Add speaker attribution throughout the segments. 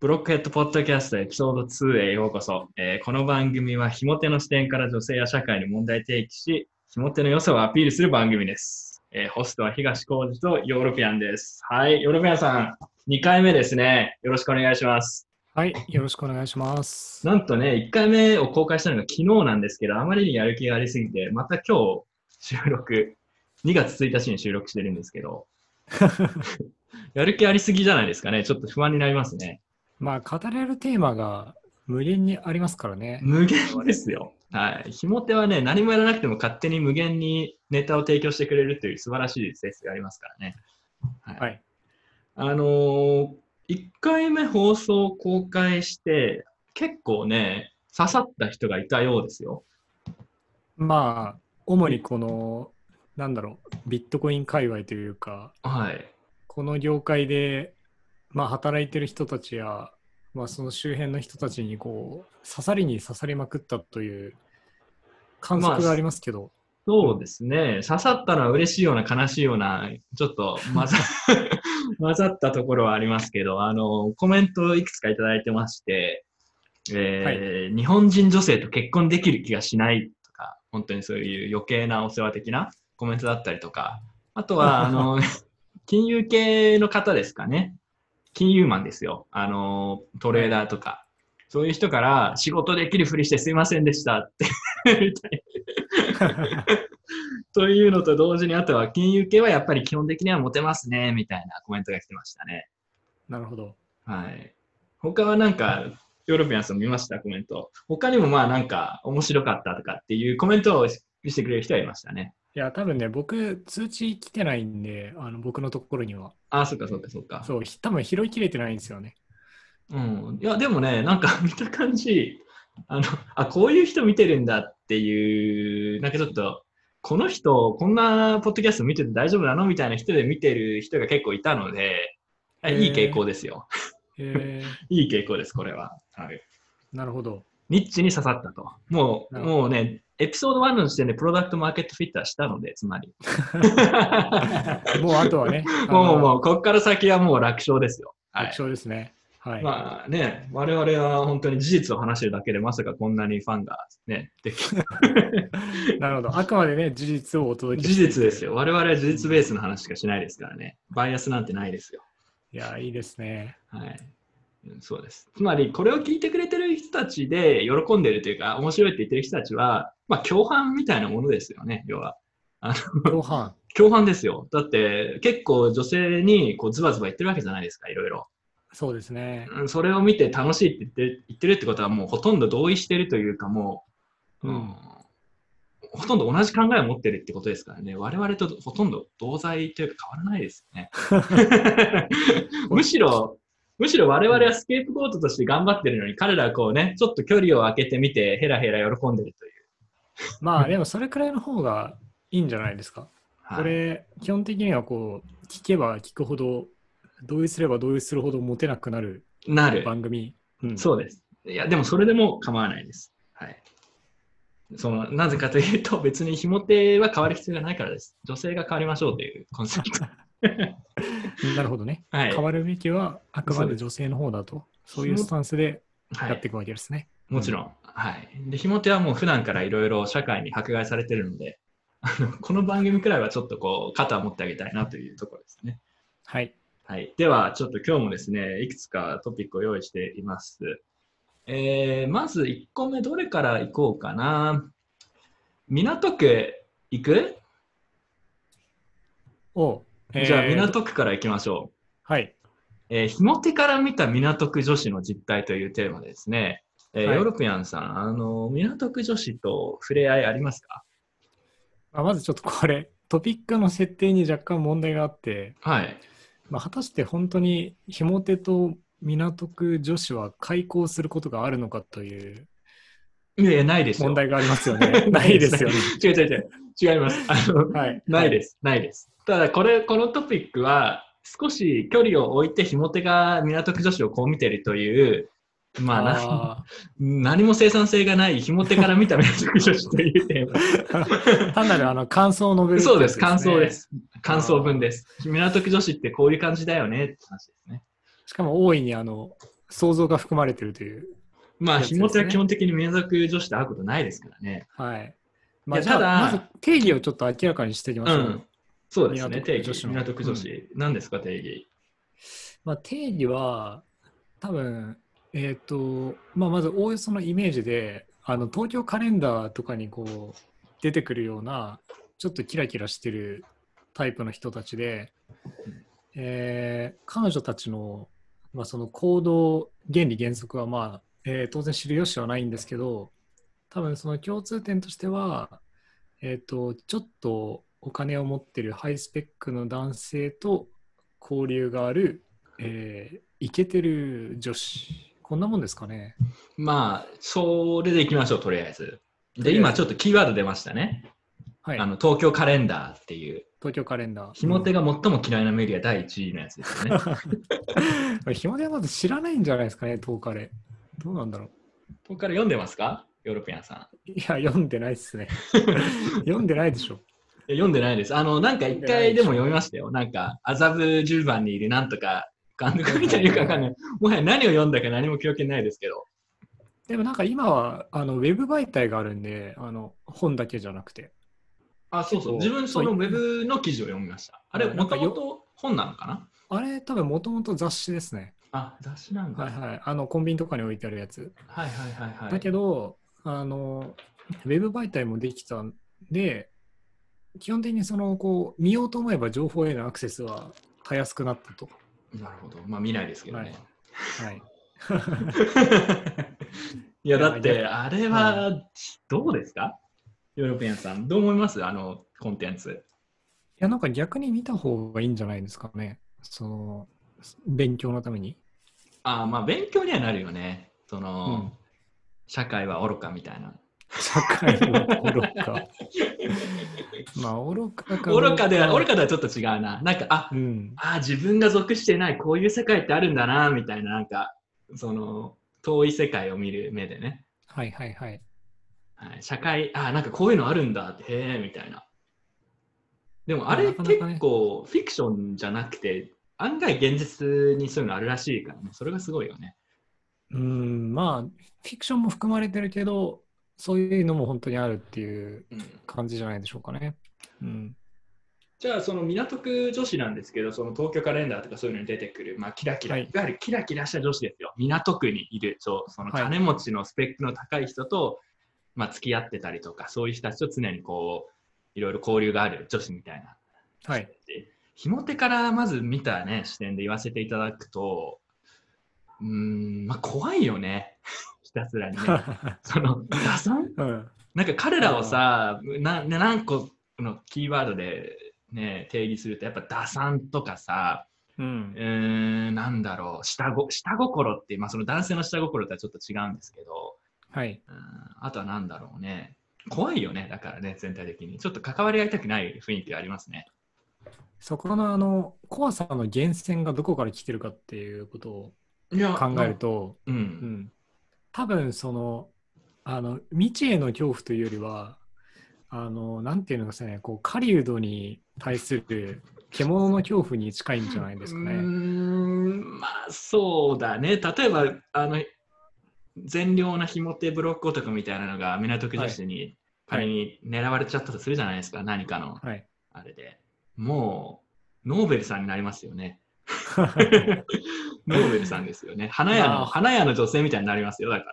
Speaker 1: ブロックヘッドポッドキャストエピソード2へようこそ。えーこの番組は、ひも手の視点から女性や社会に問題提起し、ひも手の良さをアピールする番組です。えーホストは東浩二とヨーロピアンです。はい、ヨーロピアンさん、2回目ですね。よろしくお願いします。
Speaker 2: はい、よろしくお願いします。
Speaker 1: なんとね、1回目を公開したのが昨日なんですけど、あまりにやる気がありすぎて、また今日収録、2月1日に収録してるんですけど、やる気ありすぎじゃないですかね。ちょっと不安になりますね。
Speaker 2: まあ、語れるテーマが無限にありますからね。
Speaker 1: 無限ですよ。はい。ひも手はね、何もやらなくても勝手に無限にネタを提供してくれるという素晴らしい性質がありますからね。はい。
Speaker 2: はい
Speaker 1: あの1回目放送公開して、結構ね、刺さった人がいたようですよ。
Speaker 2: まあ、主にこの、なんだろう、ビットコイン界隈というか、
Speaker 1: はい。
Speaker 2: この業界で、まあ、働いてる人たちや、まあ、その周辺の人たちに、こう、刺さりに刺さりまくったという感
Speaker 1: まあ
Speaker 2: 触がありますけど、
Speaker 1: そうですね。刺さったのは嬉しいような悲しいような、ちょっと混ざ混ざったところはありますけど、あの、コメントをいくつかいただいてまして、えー日本人女性と結婚できる気がしないとか、本当にそういう余計なお世話的なコメントだったりとか、あとは、あの、金融系の方ですかね。金融マンですよ。あの、トレーダーとか。そういう人から仕事できるふりしてすいませんでしたって言ったりというのと同時に、あとは金融系はやっぱり基本的にはモテますね、みたいなコメントが来てましたね。
Speaker 2: なるほど。
Speaker 1: はい。他はなんか、ヨーロピアンさん見ましたコメント。他にもまあなんか面白かったとかっていうコメントをしてくれる人はいましたね。
Speaker 2: いや、多分ね、僕、通知来てないんで、あの僕のところには。
Speaker 1: ああ、そっかそっかそっか。
Speaker 2: そう、ひ多分拾いきれてないんですよね。
Speaker 1: うん。いや、でもね、なんか見た感じ、あの、あ、こういう人見てるんだっていう、なんかちょっと、この人、こんなポッドキャスト見てて大丈夫なのみたいな人で見てる人が結構いたので、あいい傾向ですよ。
Speaker 2: え
Speaker 1: いい傾向です、これは。はい、
Speaker 2: ー、なるほど。
Speaker 1: ニッチに刺さったと。もう、
Speaker 2: なるほど
Speaker 1: もうね、エピソード1の時点でプロダクトマーケットフィッターしたので、つまり。
Speaker 2: もうあと はね、
Speaker 1: もう、も
Speaker 2: う、
Speaker 1: う、こっから先はもう楽勝ですよ。はい。
Speaker 2: 楽勝ですね。はい。
Speaker 1: まあね、我々は本当に事実を話してるだけで、まさかこんなにファンがね、でき
Speaker 2: なるほど。あくまでね、事実をお届け
Speaker 1: 事実です
Speaker 2: よ。
Speaker 1: よ。我々は事実ベースの話しかしないですからね。バイアスなんてないですよ。
Speaker 2: いや、いいですね。
Speaker 1: はい。うんそうです。つまり、これを聞いてくれてる人たちで喜んでるというか、面白いって言ってる人たちは、まあ、共犯みたいなものですよね、要は。
Speaker 2: 共犯。
Speaker 1: 共犯ですよ。だって、結構女性にこうズバズバ言ってるわけじゃないですか、いろいろ。
Speaker 2: そうですね。
Speaker 1: うんそれを見て楽しいって言ってる言ってるってことは、もうほとんど同意してるというか、もう、うん
Speaker 2: うん
Speaker 1: ほとんど同じ考えを持ってるってことですからね、我々とほとんど同罪というか変わらないですよね。 むしろ、むしろ我々はスケープゴートとして頑張ってるのに、彼らはこうね、ちょっと距離を空けてみて、ヘラヘラ喜んでるという。
Speaker 2: まあ、でもそれくらいの方がいいんじゃないですか。
Speaker 1: はい
Speaker 2: これ、基本的にはこう、聞けば聞くほど、同意すれば同意するほどモテなくなる
Speaker 1: なる。
Speaker 2: 番組。うん
Speaker 1: そうです。いや、でもそれでも構わないです。はい。そのなぜかというと、別にひも手は変わる必要がないからです。女性が変わりましょうというコンセプ ト。
Speaker 2: なるほどね。
Speaker 1: はい。
Speaker 2: 変わるべきは、あくまで女性の方だと。そういうスタンスで
Speaker 1: は
Speaker 2: やっ
Speaker 1: い
Speaker 2: て、いくわけですね。
Speaker 1: もちろん。はい。で、ひも手はもう普段からいろいろ社会に迫害されてるので、あのこの番組くらいはちょっとこう、肩を持ってあげたいなというところですね。
Speaker 2: はい。
Speaker 1: はい。では、ちょっと今日もですね、いくつかトピックを用意しています。えー、まず1個目、どれからいこうかな。港区行く
Speaker 2: おう
Speaker 1: じゃあ、
Speaker 2: えー
Speaker 1: 港区から行きましょう。
Speaker 2: はい。
Speaker 1: えー、ひも手から見た港区女子の実態というテーマですね。えー
Speaker 2: はい
Speaker 1: ヨーロピアンさん、あの、港区女子と触れ合いありますか
Speaker 2: まあ、まずちょっとこれトピックの設定に若干問題があって、
Speaker 1: はい。
Speaker 2: まあ、果たして本当にひも手と港区女子は開校することがあるのかという
Speaker 1: いやいや、ないですよ。
Speaker 2: 問題があります よね。ないですよね。
Speaker 1: 違う違う違う。違います。あの、
Speaker 2: はい、
Speaker 1: ないです。ないです。ただ、これ、このトピックは、少し距離を置いて、ひも手が港区女子をこう見てるという、まあ、な
Speaker 2: あ
Speaker 1: 何も生産性がない、ひも手から見た港区女子というテーマ。
Speaker 2: ー単なるあの感想を述べる、
Speaker 1: そうです、感想で。す。感想文です。港区女子ってこういう感じだよねって話ですね。
Speaker 2: しかも大いにあの想像が含まれてるという。
Speaker 1: まあ、
Speaker 2: やつです
Speaker 1: ひ
Speaker 2: ね
Speaker 1: もては基本的に民族女子と会うことないですからね。
Speaker 2: はい。ま
Speaker 1: いや
Speaker 2: あ、じゃあ
Speaker 1: ただ
Speaker 2: まず定義をちょっと明らかにしていきま
Speaker 1: う
Speaker 2: しょう。
Speaker 1: ん。そうですね、
Speaker 2: 港区
Speaker 1: 定
Speaker 2: 女子
Speaker 1: 義。
Speaker 2: の
Speaker 1: 港区女子。何ですか、定義。
Speaker 2: まあ、定義は多分、えっとまあ、まずおおよそのイメージであの東京カレンダーとかにこう出てくるようなちょっとキラキラしてるタイプの人たちで、えー彼女たちの,、まあその行動原理原則は、まあえー当然知る由はないんですけど多分その共通点としては、えっとちょっとお金を持ってるハイスペックの男性と交流があるえー、イケてる女子。こんなもんですかね。
Speaker 1: まあ、それでいきましょう、とりあえず。
Speaker 2: とりあえ
Speaker 1: で、
Speaker 2: ず
Speaker 1: 今ちょっとキーワード出ましたね。
Speaker 2: はい
Speaker 1: あ。の東京カレンダーっていう、
Speaker 2: 東京カレンダー。
Speaker 1: ひもてが最も嫌いなメディア第1位のやつです よね。
Speaker 2: うん。ひもてはまず知らないんじゃないですかね、東カレ。どうなんだろう。
Speaker 1: ここから読んでますかヨーロピアンさん。
Speaker 2: いや、読んでないっ すね。読んでないでし
Speaker 1: い
Speaker 2: ょ。
Speaker 1: や読んでないです。あの、なんか一回でも読みましたよ。なんか、麻布10番にいるなんとか、監督みたいなよくわかん ない。もはや何を読んだか何も記憶にないですけど。
Speaker 2: でもなんか今はあのウェブ媒体があるんで、あの本だけじゃなくて。
Speaker 1: あ、そうそう。自分、そのウェブの記事を読みました。あれ、
Speaker 2: はいな
Speaker 1: も
Speaker 2: んか
Speaker 1: と
Speaker 2: よ
Speaker 1: もと本なのかな
Speaker 2: あれ、多分もともと雑誌ですね。
Speaker 1: あ、雑誌なんだ。
Speaker 2: はい
Speaker 1: はい
Speaker 2: はい。あのコンビニとかに置いてあるやつ。
Speaker 1: はいはいは
Speaker 2: だ
Speaker 1: い。
Speaker 2: けど、あのウェブ媒体もできたんで、基本的にそのこう見ようと思えば情報へのアクセスはたやすくなったと。
Speaker 1: なるほど。まあ見ないですけどね。
Speaker 2: はい、
Speaker 1: いや、だって、あれは、どうですかヨーロピアンさん。どう思いますあのコンテンツ。
Speaker 2: いや、なんか逆に見た方がいいんじゃないですかね。その勉強のため に。
Speaker 1: あーまあ勉強にはなるよね。その、
Speaker 2: うん
Speaker 1: 社会は愚かみたいな。
Speaker 2: 社会は愚 か。まあ、愚かかどう
Speaker 1: 愚かでは、愚かではちょっと違うな。なんか、あ、
Speaker 2: うん。
Speaker 1: あー自分が属していない、こういう世界ってあるんだな、みたいな、なんか、その、遠い世界を見る目でね。
Speaker 2: はいはいはい。
Speaker 1: はい、社会、あーなんかこういうのあるんだって、へえ、みたいな。でもあ
Speaker 2: ま
Speaker 1: れ
Speaker 2: あなかなかね
Speaker 1: 結構フィクションじゃなくて、案外現実にそういうのあるらしいからね。それがすごいよね。
Speaker 2: うん、まあ、フィクションも含まれてるけど、そういうのも本当にあるっていう
Speaker 1: うん
Speaker 2: 感じじゃないでしょうかね。うん。
Speaker 1: じゃあその港区女子なんですけど、その東京カレンダーとかそういうのに出てくる、まあ、キラキラ、
Speaker 2: はい
Speaker 1: い、わゆるキラキラした女子ですよ。港区にいる、そうその
Speaker 2: はい
Speaker 1: 金持ちのスペックの高い人と、まあ、付き合ってたりとか、そういう人たちと常にこう、いろいろ交流がある女子みたいな。
Speaker 2: はい。
Speaker 1: ひも手からまず見たね、視点で言わせていただくと、うーん、まあ怖いよね。ひたすらにね。 その、打算
Speaker 2: うん、
Speaker 1: なんか彼らをさ、なな何個のキーワードで、ね、定義すると、やっぱ打算とかさ、
Speaker 2: うん
Speaker 1: う、ーん、なんだろう、下ご下心って、まあ、その男性の下心とはちょっと違うんですけど、
Speaker 2: はい。
Speaker 1: うんあとはなんだろうね、怖いよね、だからね、全体的に。ちょっと関わり合いたくない雰囲気がありますね。
Speaker 2: そこのあの怖さの源泉がどこから来てるかっていうことを
Speaker 1: いや
Speaker 2: 考える。と、
Speaker 1: う。
Speaker 2: うんん、多分そのあの未知への恐怖というよりはあのなんていうのですかねこう狩人に対する獣の恐怖に近いんじゃないですか
Speaker 1: うー
Speaker 2: ね。
Speaker 1: ん、まあそうだね。例えば、あの、善良なひも手ブロック男みたいなのが港区女子に
Speaker 2: はい
Speaker 1: 仮に狙われちゃったとするじゃないですか、何かの
Speaker 2: はい、
Speaker 1: あれで。もう、ノーベルさんになりますよ ね。ノーベルさんですよね。花屋
Speaker 2: ま
Speaker 1: の、
Speaker 2: あ
Speaker 1: 花屋の女性みたいになりますよ、だか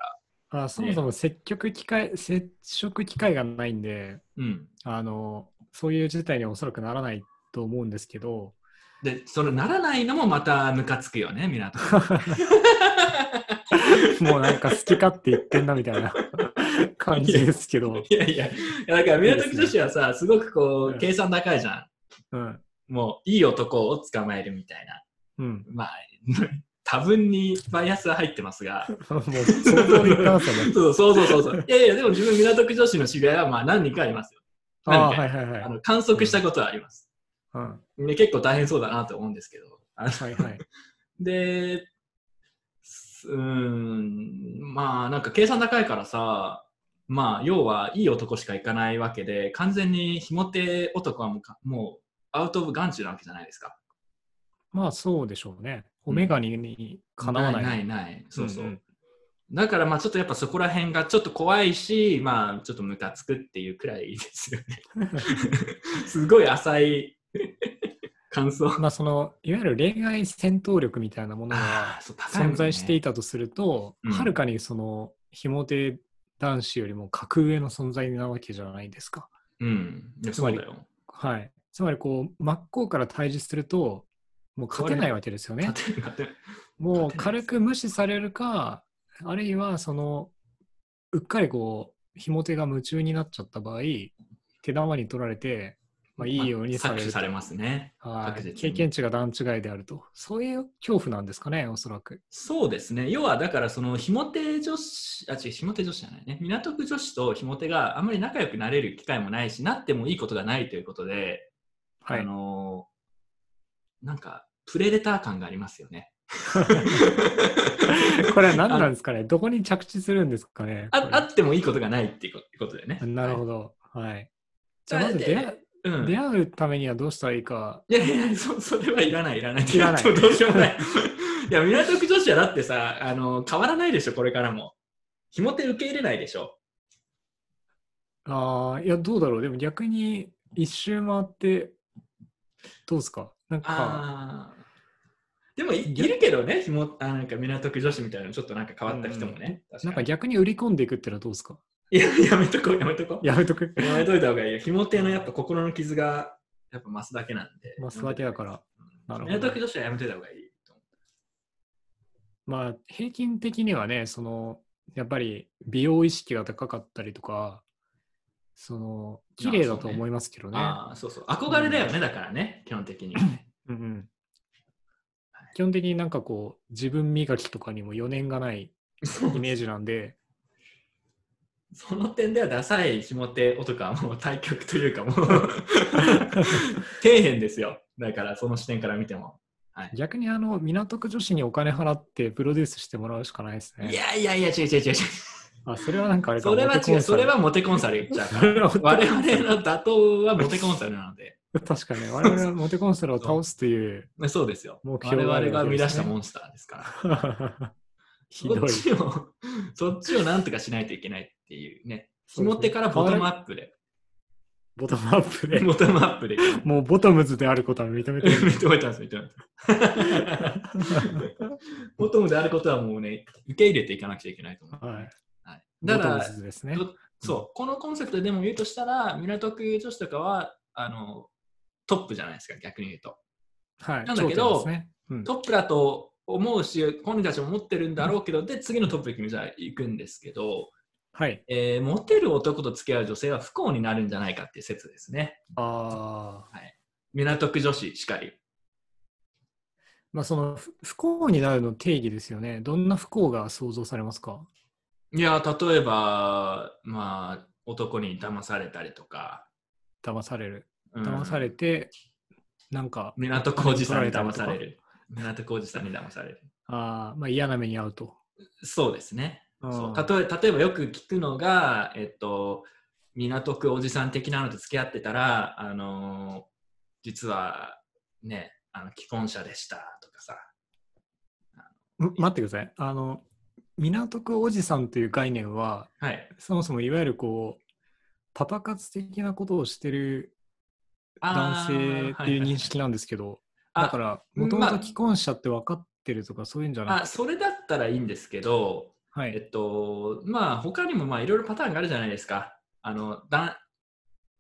Speaker 1: ら。
Speaker 2: あそもそも接触機会接触機会がないんで
Speaker 1: うん。
Speaker 2: あのそういう事態にはおそらくならないと思うんですけど
Speaker 1: で、そのならないのもまたムカつくよね、港区。
Speaker 2: もうなんか好き勝手言ってんなみた いな感じですけど。
Speaker 1: いやいや、いやだから港区女子はさ、すごくこ
Speaker 2: う
Speaker 1: う、
Speaker 2: ん
Speaker 1: 計算高いじゃん。
Speaker 2: うん
Speaker 1: もういい男を捕まえるみたいな。
Speaker 2: うん、
Speaker 1: まあ、 多分にバイアスは入ってますが、
Speaker 2: もう相当言ってますよね。
Speaker 1: そうそうそうそうそう。いやいや、でも自分、港区女子の知り合いはまあ何人かいますよ。
Speaker 2: ああ、
Speaker 1: なんで
Speaker 2: はいはいはい。
Speaker 1: あの観測したことはあります、
Speaker 2: うん、は
Speaker 1: で。結構大変そうだなと思うんですけど。 あの
Speaker 2: いはい。
Speaker 1: で、すうーん、まあなんか計算高いからさ、まあ要はいい男しか行かないわけで、完全にひも手男はもうかもうアウト・オブ・ガンチなわけじゃないですか。
Speaker 2: まあそうでしょうね。オメガニにかなわない。
Speaker 1: ないないないそうそう。
Speaker 2: んん
Speaker 1: だからまあちょっとやっぱそこら辺がちょっと怖いし、まあちょっとムカつくっていうくらいですよ ね。すごい浅い感想。
Speaker 2: まあ、そのいわゆる恋愛戦闘力みたいなもの
Speaker 1: あ
Speaker 2: が
Speaker 1: あ、そう、高いもん
Speaker 2: 存
Speaker 1: ね
Speaker 2: 在していたとすると、
Speaker 1: うん
Speaker 2: はるかにそのひもて男子よりも格上の存在なわけじゃないですか。
Speaker 1: うん。いや
Speaker 2: つまり
Speaker 1: そうだよ。
Speaker 2: はい、つまりこう真っ向から対峙するともう勝てないわけですよね。
Speaker 1: 勝てる勝てる
Speaker 2: もう軽く無視されるかあるいはそのうっかりこうひも手が夢中になっちゃった場合手玉に取られて、まあ、いいようにさ
Speaker 1: 搾
Speaker 2: れ
Speaker 1: 取
Speaker 2: ると
Speaker 1: されますね。
Speaker 2: は
Speaker 1: 確実に
Speaker 2: い、経験値が段違いであるとそういう恐怖なんですかねおそらく。
Speaker 1: そうですね。要は、だから、その、ひも手女子、あ、違う、ひも手女子じゃないね。港区女子とひも手があまり仲良くなれる機会もないし、なってもいいことがないということで、
Speaker 2: はい
Speaker 1: あのーなんか、プレデター感がありますよね。
Speaker 2: これは何なんですかねどこに着地するんですかね
Speaker 1: あ
Speaker 2: これ
Speaker 1: あってもいいことがないっていうことだよね。
Speaker 2: なる
Speaker 1: ど。
Speaker 2: ほど。はい。じゃあまず出会
Speaker 1: うん。
Speaker 2: 出会うためにはどうしたらいいか。
Speaker 1: いやいやいやそ、それはいらない、いらない。
Speaker 2: いらない
Speaker 1: どうしようもない。いや、港区女子はだってさ、あの、変わらないでしょ、これからも。ひも手受け入れないでしょ。
Speaker 2: ああ、いや、どうだろう。でも逆に一周回って、どうですかなんか、
Speaker 1: ああ。でもい、いるけどね、ひも、あなんか港区女子みたいなのちょっとなんか変わった人もね。確
Speaker 2: なん
Speaker 1: か
Speaker 2: か
Speaker 1: に
Speaker 2: 逆に売り込んでいくってのはどうですか
Speaker 1: いや、やめとこう、やめとこ う。や
Speaker 2: やめとく。
Speaker 1: めといた方がいいよ。ひも手のやっぱ心の傷が、やっぱ増すだけなんで。
Speaker 2: まあ、育てだから。なるほ
Speaker 1: 港
Speaker 2: ど
Speaker 1: 区。女子はやめといた方がいいと思
Speaker 2: まあ、平均的にはね、その、やっぱり美容意識が高かったりとか、その、綺麗だと思いますけど
Speaker 1: う。
Speaker 2: ね。
Speaker 1: ああ、そうそう。憧れだよね、だからね、基本的には ね。
Speaker 2: うんうん基本的になんかこう、自分磨きとかにも余念がないイメージなんで、
Speaker 1: その点ではダサい下手男はもう対極というか もう底辺ですよだからその視点から見ても、はい、
Speaker 2: 逆にあの港区女子にお金払ってプロデュースしてもらうしかないです
Speaker 1: い
Speaker 2: ね。
Speaker 1: やいやいや違う違う違う違う
Speaker 2: あそれはなんかあれか
Speaker 1: それは
Speaker 2: モテコ
Speaker 1: 違う
Speaker 2: ンサ
Speaker 1: それはモ
Speaker 2: ル
Speaker 1: テコンサル言っちゃうか
Speaker 2: それ
Speaker 1: ら
Speaker 2: はモ
Speaker 1: 我
Speaker 2: テコ
Speaker 1: 々
Speaker 2: ンサル
Speaker 1: の打倒はモテコンサルなので
Speaker 2: 確かに我々はモテコンサルを倒すという。
Speaker 1: そうですよ
Speaker 2: 目
Speaker 1: 我
Speaker 2: 標があ
Speaker 1: 々
Speaker 2: るわ
Speaker 1: が
Speaker 2: けですね
Speaker 1: 生み出したモンスターですから
Speaker 2: ひどい
Speaker 1: そっ。ちを そっちをなんとかしないといけないっていうね
Speaker 2: そうです
Speaker 1: 下
Speaker 2: ね
Speaker 1: 手からボトムアップで
Speaker 2: ボトムアップで。
Speaker 1: ボトムアップで
Speaker 2: もうボトムズであることは認めてる。
Speaker 1: 認めたんです認めた ボトムであることはもうね受け入れていかなくちゃいけないと思う、
Speaker 2: はい、
Speaker 1: はい
Speaker 2: ボ
Speaker 1: だ
Speaker 2: ト
Speaker 1: か
Speaker 2: ム
Speaker 1: ら
Speaker 2: ズですね。
Speaker 1: どそうこのコンセプトでも言うとしたら港区女子とかはあのトップじゃないですか逆に言うと
Speaker 2: はい。
Speaker 1: なんだけど
Speaker 2: 頂点ですねうん
Speaker 1: トップだと思うし本人たちも持ってるんだろうけどで次のトップにじゃあ行くんですけど、
Speaker 2: はい。
Speaker 1: えーモテる男と付き合う女性は不幸になるんじゃないかっていう説ですね
Speaker 2: ああ。
Speaker 1: 港区女子しかり
Speaker 2: まあその不不幸になるの定義ですよね。どんな不幸が想像されますか
Speaker 1: いや例えばまあ男に騙されたりとか
Speaker 2: 騙される。
Speaker 1: うん
Speaker 2: 騙されて、なんか
Speaker 1: 港工事さんに騙され る。港工事さんに騙される。
Speaker 2: あー、まあ、嫌な目に遭うと。
Speaker 1: そうですね。そう
Speaker 2: あー
Speaker 1: 例え例えばよく聞くのが、えっと、港区おじさん的なのと付き合ってたら、あのー実はね、あの既婚者でしたとかさ。
Speaker 2: ん待ってください。あの、港区おじさんという概念は、
Speaker 1: はい。
Speaker 2: そもそもいわゆるこう、パパ活的なことをしてる男
Speaker 1: あ
Speaker 2: 性
Speaker 1: ー
Speaker 2: っていう認識なんですけど、だか
Speaker 1: はいはい
Speaker 2: ら、
Speaker 1: うん
Speaker 2: もとも
Speaker 1: ま
Speaker 2: と
Speaker 1: あ
Speaker 2: 既婚者って分かってるとか、そういうんじゃな
Speaker 1: あ
Speaker 2: く
Speaker 1: あそれだったらいいんですけど、
Speaker 2: て、は
Speaker 1: え
Speaker 2: い。
Speaker 1: っと、まあ、他にもまあいろいろパターンがあるじゃないですか。あのだ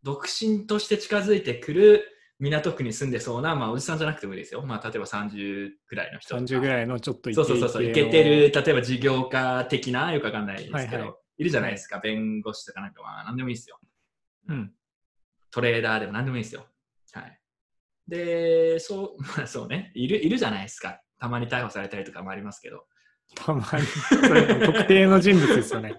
Speaker 1: 独身として近づいてくる港区に住んでそうな、まあ、おじさんじゃなくてもいいですよ。まあ、例えば30くらいの人とか。
Speaker 2: 30ぐらいのちょっとイケ
Speaker 1: そう
Speaker 2: イケ
Speaker 1: そうそうそう、いけてる、例えば事業家的な、よくわかんないですけど、
Speaker 2: はい
Speaker 1: い
Speaker 2: はい
Speaker 1: るじゃないですか。弁護士とかなんかは、なんでもいいですよ。
Speaker 2: の。うん。
Speaker 1: トレーダーでもなんでもいいですよ。はい。で、そう、 まあそうね、いる、いるじゃないですか。たまに逮捕されたりとかもありますけど。
Speaker 2: たまに。それ特定の人物で すよね。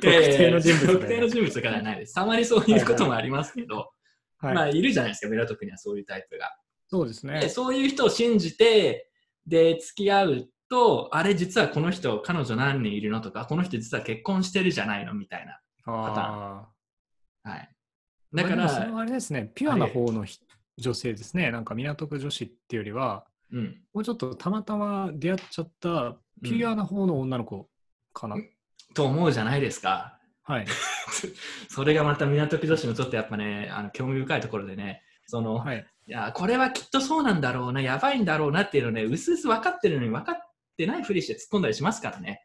Speaker 2: 特定の人物だよね
Speaker 1: 特定の人物とかではないです。たまにそういうこともありますけど、
Speaker 2: はい。
Speaker 1: まあ、いるじゃないですか、港区にはそういうタイプが。
Speaker 2: そうですね
Speaker 1: で。そういう人を信じて、で、付き合うと、あれ、実はこの人、彼女何人いるのとか、この人実は結婚してるじゃないのみたいな。パター
Speaker 2: ああ。
Speaker 1: はい。だか
Speaker 2: まあでもそれ
Speaker 1: ら、
Speaker 2: はあれですね、ピュアな方のひ女性ですね、なんか港区女子っていうよりは、
Speaker 1: うん。
Speaker 2: もうちょっとたまたま出会っちゃったピュアな方の女の子かな。
Speaker 1: うんと思うじゃないですか。
Speaker 2: はい。
Speaker 1: それがまた港区女子のちょっとやっぱね、あの興味深いところでね、その、い、
Speaker 2: はい。
Speaker 1: や、これはきっとそうなんだろうな、やばいんだろうなっていうのをね、うすうす分かってるのに分かってないふりして突っ込んだりしますからね。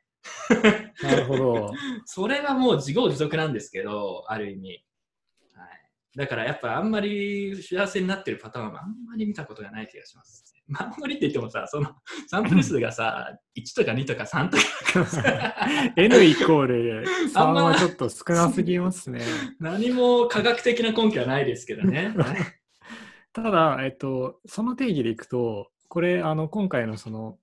Speaker 2: なる ほど。
Speaker 1: それはもう自業自得なんですけど、ある意味。はい、だからやっぱあんまり幸せになってるパターンはあんまり見たことがない気がします。まあ、あんまりって言ってもさ、そのサンプル数がさ、1とか2とか3とか
Speaker 2: N イコール3
Speaker 1: あんま
Speaker 2: はちょっと少なすぎますね。
Speaker 1: 何も科学的な根拠はないですけどね。
Speaker 2: ただ、えっと、その定義でいくと、これ、あの、今回のその、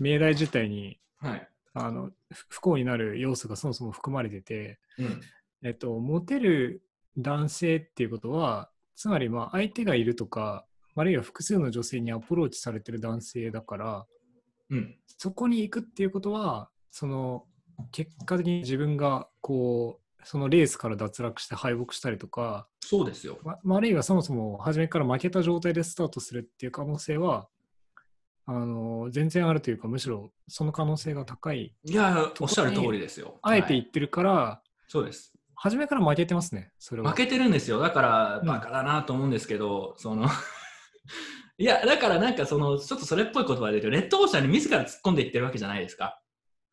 Speaker 2: 命題自体に、
Speaker 1: はい。
Speaker 2: あの、ふ不幸になる要素がそもそも含まれてて、
Speaker 1: うん。
Speaker 2: えっと、モテる男性っていうことは、つまり、まあ、相手がいるとか、あるいは複数の女性にアプローチされてる男性だから、
Speaker 1: うん。
Speaker 2: そこに行くっていうことは、その、結果的に自分が、こう、そのレースから脱落して敗北したりとか、
Speaker 1: そうですよ。
Speaker 2: ままあ、あるいはそもそも初めから負けた状態でスタートするっていう可能性はあの全然あるというかむしろその可能性が高い
Speaker 1: いや、おっしゃる通りですよ。
Speaker 2: あえて
Speaker 1: は
Speaker 2: 言
Speaker 1: い
Speaker 2: ってるから、
Speaker 1: そうです。
Speaker 2: 初めから負けてますねそれは
Speaker 1: 負けてるんですよ。だから
Speaker 2: う、ん
Speaker 1: バカだなと思うんですけど、その、 いや、だからなんかその、ちょっとそれっぽい言葉で言うと、レッドオーシャンに自ら突っ込んでいってるわけじゃないですか。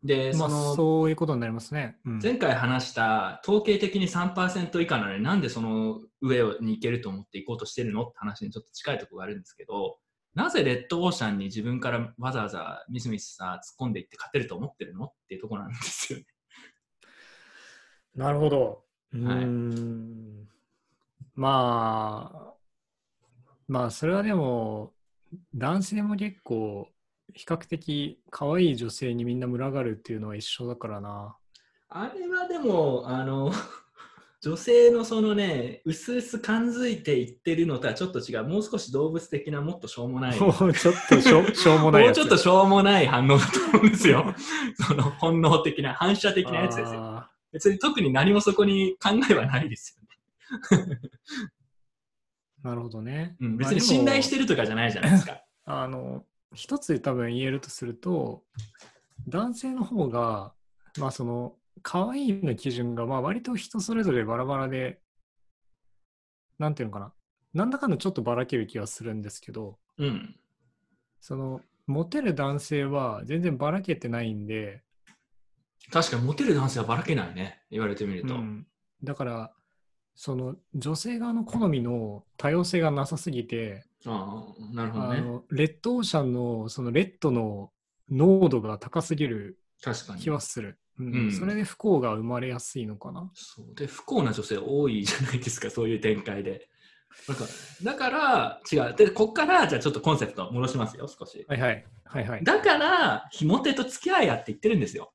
Speaker 1: で、
Speaker 2: ま
Speaker 1: そ
Speaker 2: あ、
Speaker 1: の、
Speaker 2: そういうことになりますね、うん
Speaker 1: 前回話した統計的に3%以下なのになんでその上に行けると思って行こうとしてるのって話にちょっと近いところがあるんですけどなぜレッドオーシャンに自分からわざわざミスミスさ突っ込んでいって勝てると思ってるのっていうところなんですよね。
Speaker 2: なるほどう
Speaker 1: はい
Speaker 2: ーんまあまあそれはでも男性も結構比較的可愛い女性にみんな群がるっていうのは一緒だからな
Speaker 1: あれはでもあの 女性のそのね薄々感づいていってるのとはちょっと違うもう少し動物的なもっとしょうもない
Speaker 2: もう ちょっとしょしょうもない
Speaker 1: も
Speaker 2: や
Speaker 1: う
Speaker 2: つ。
Speaker 1: ちょっとしょうもない反応だと思うんです よその本能的な反射的なやつですよ。
Speaker 2: あ
Speaker 1: 別に特に何もそこに考えはないですよね。
Speaker 2: ーなるほどね。
Speaker 1: うん、別に信頼して
Speaker 2: る。
Speaker 1: るとかじゃないじゃないですか。
Speaker 2: あの、一つ多分言えるとすると、男性の方が、まあその、可愛いの基準が、まあ割と人それぞれバラバラで、なんていうのかな。なんだかんだちょっとばらける気がするんですけど、
Speaker 1: うん。
Speaker 2: その、モテる男性は全然ばらけてないんで、
Speaker 1: 確かにモテる男性はばらけないね。言われてみると。
Speaker 2: うんだから、その、女性側の好みの多様性がなさすぎて、
Speaker 1: ああ、なるほど
Speaker 2: あ
Speaker 1: ね。
Speaker 2: のレッドオーシャンのそのレッドの濃度が高すぎる
Speaker 1: 確かに
Speaker 2: 気。はする、うん
Speaker 1: うん
Speaker 2: それで不幸が生まれやすいのかな
Speaker 1: そうで、不幸な女性多いじゃないですか、そういう展開で。だから、だから違う。で、こっから、じゃあちょっとコンセプト戻しますよ、少し。
Speaker 2: はいはいはいはい
Speaker 1: だから、ひもてと付き合いやって言ってるんですよ。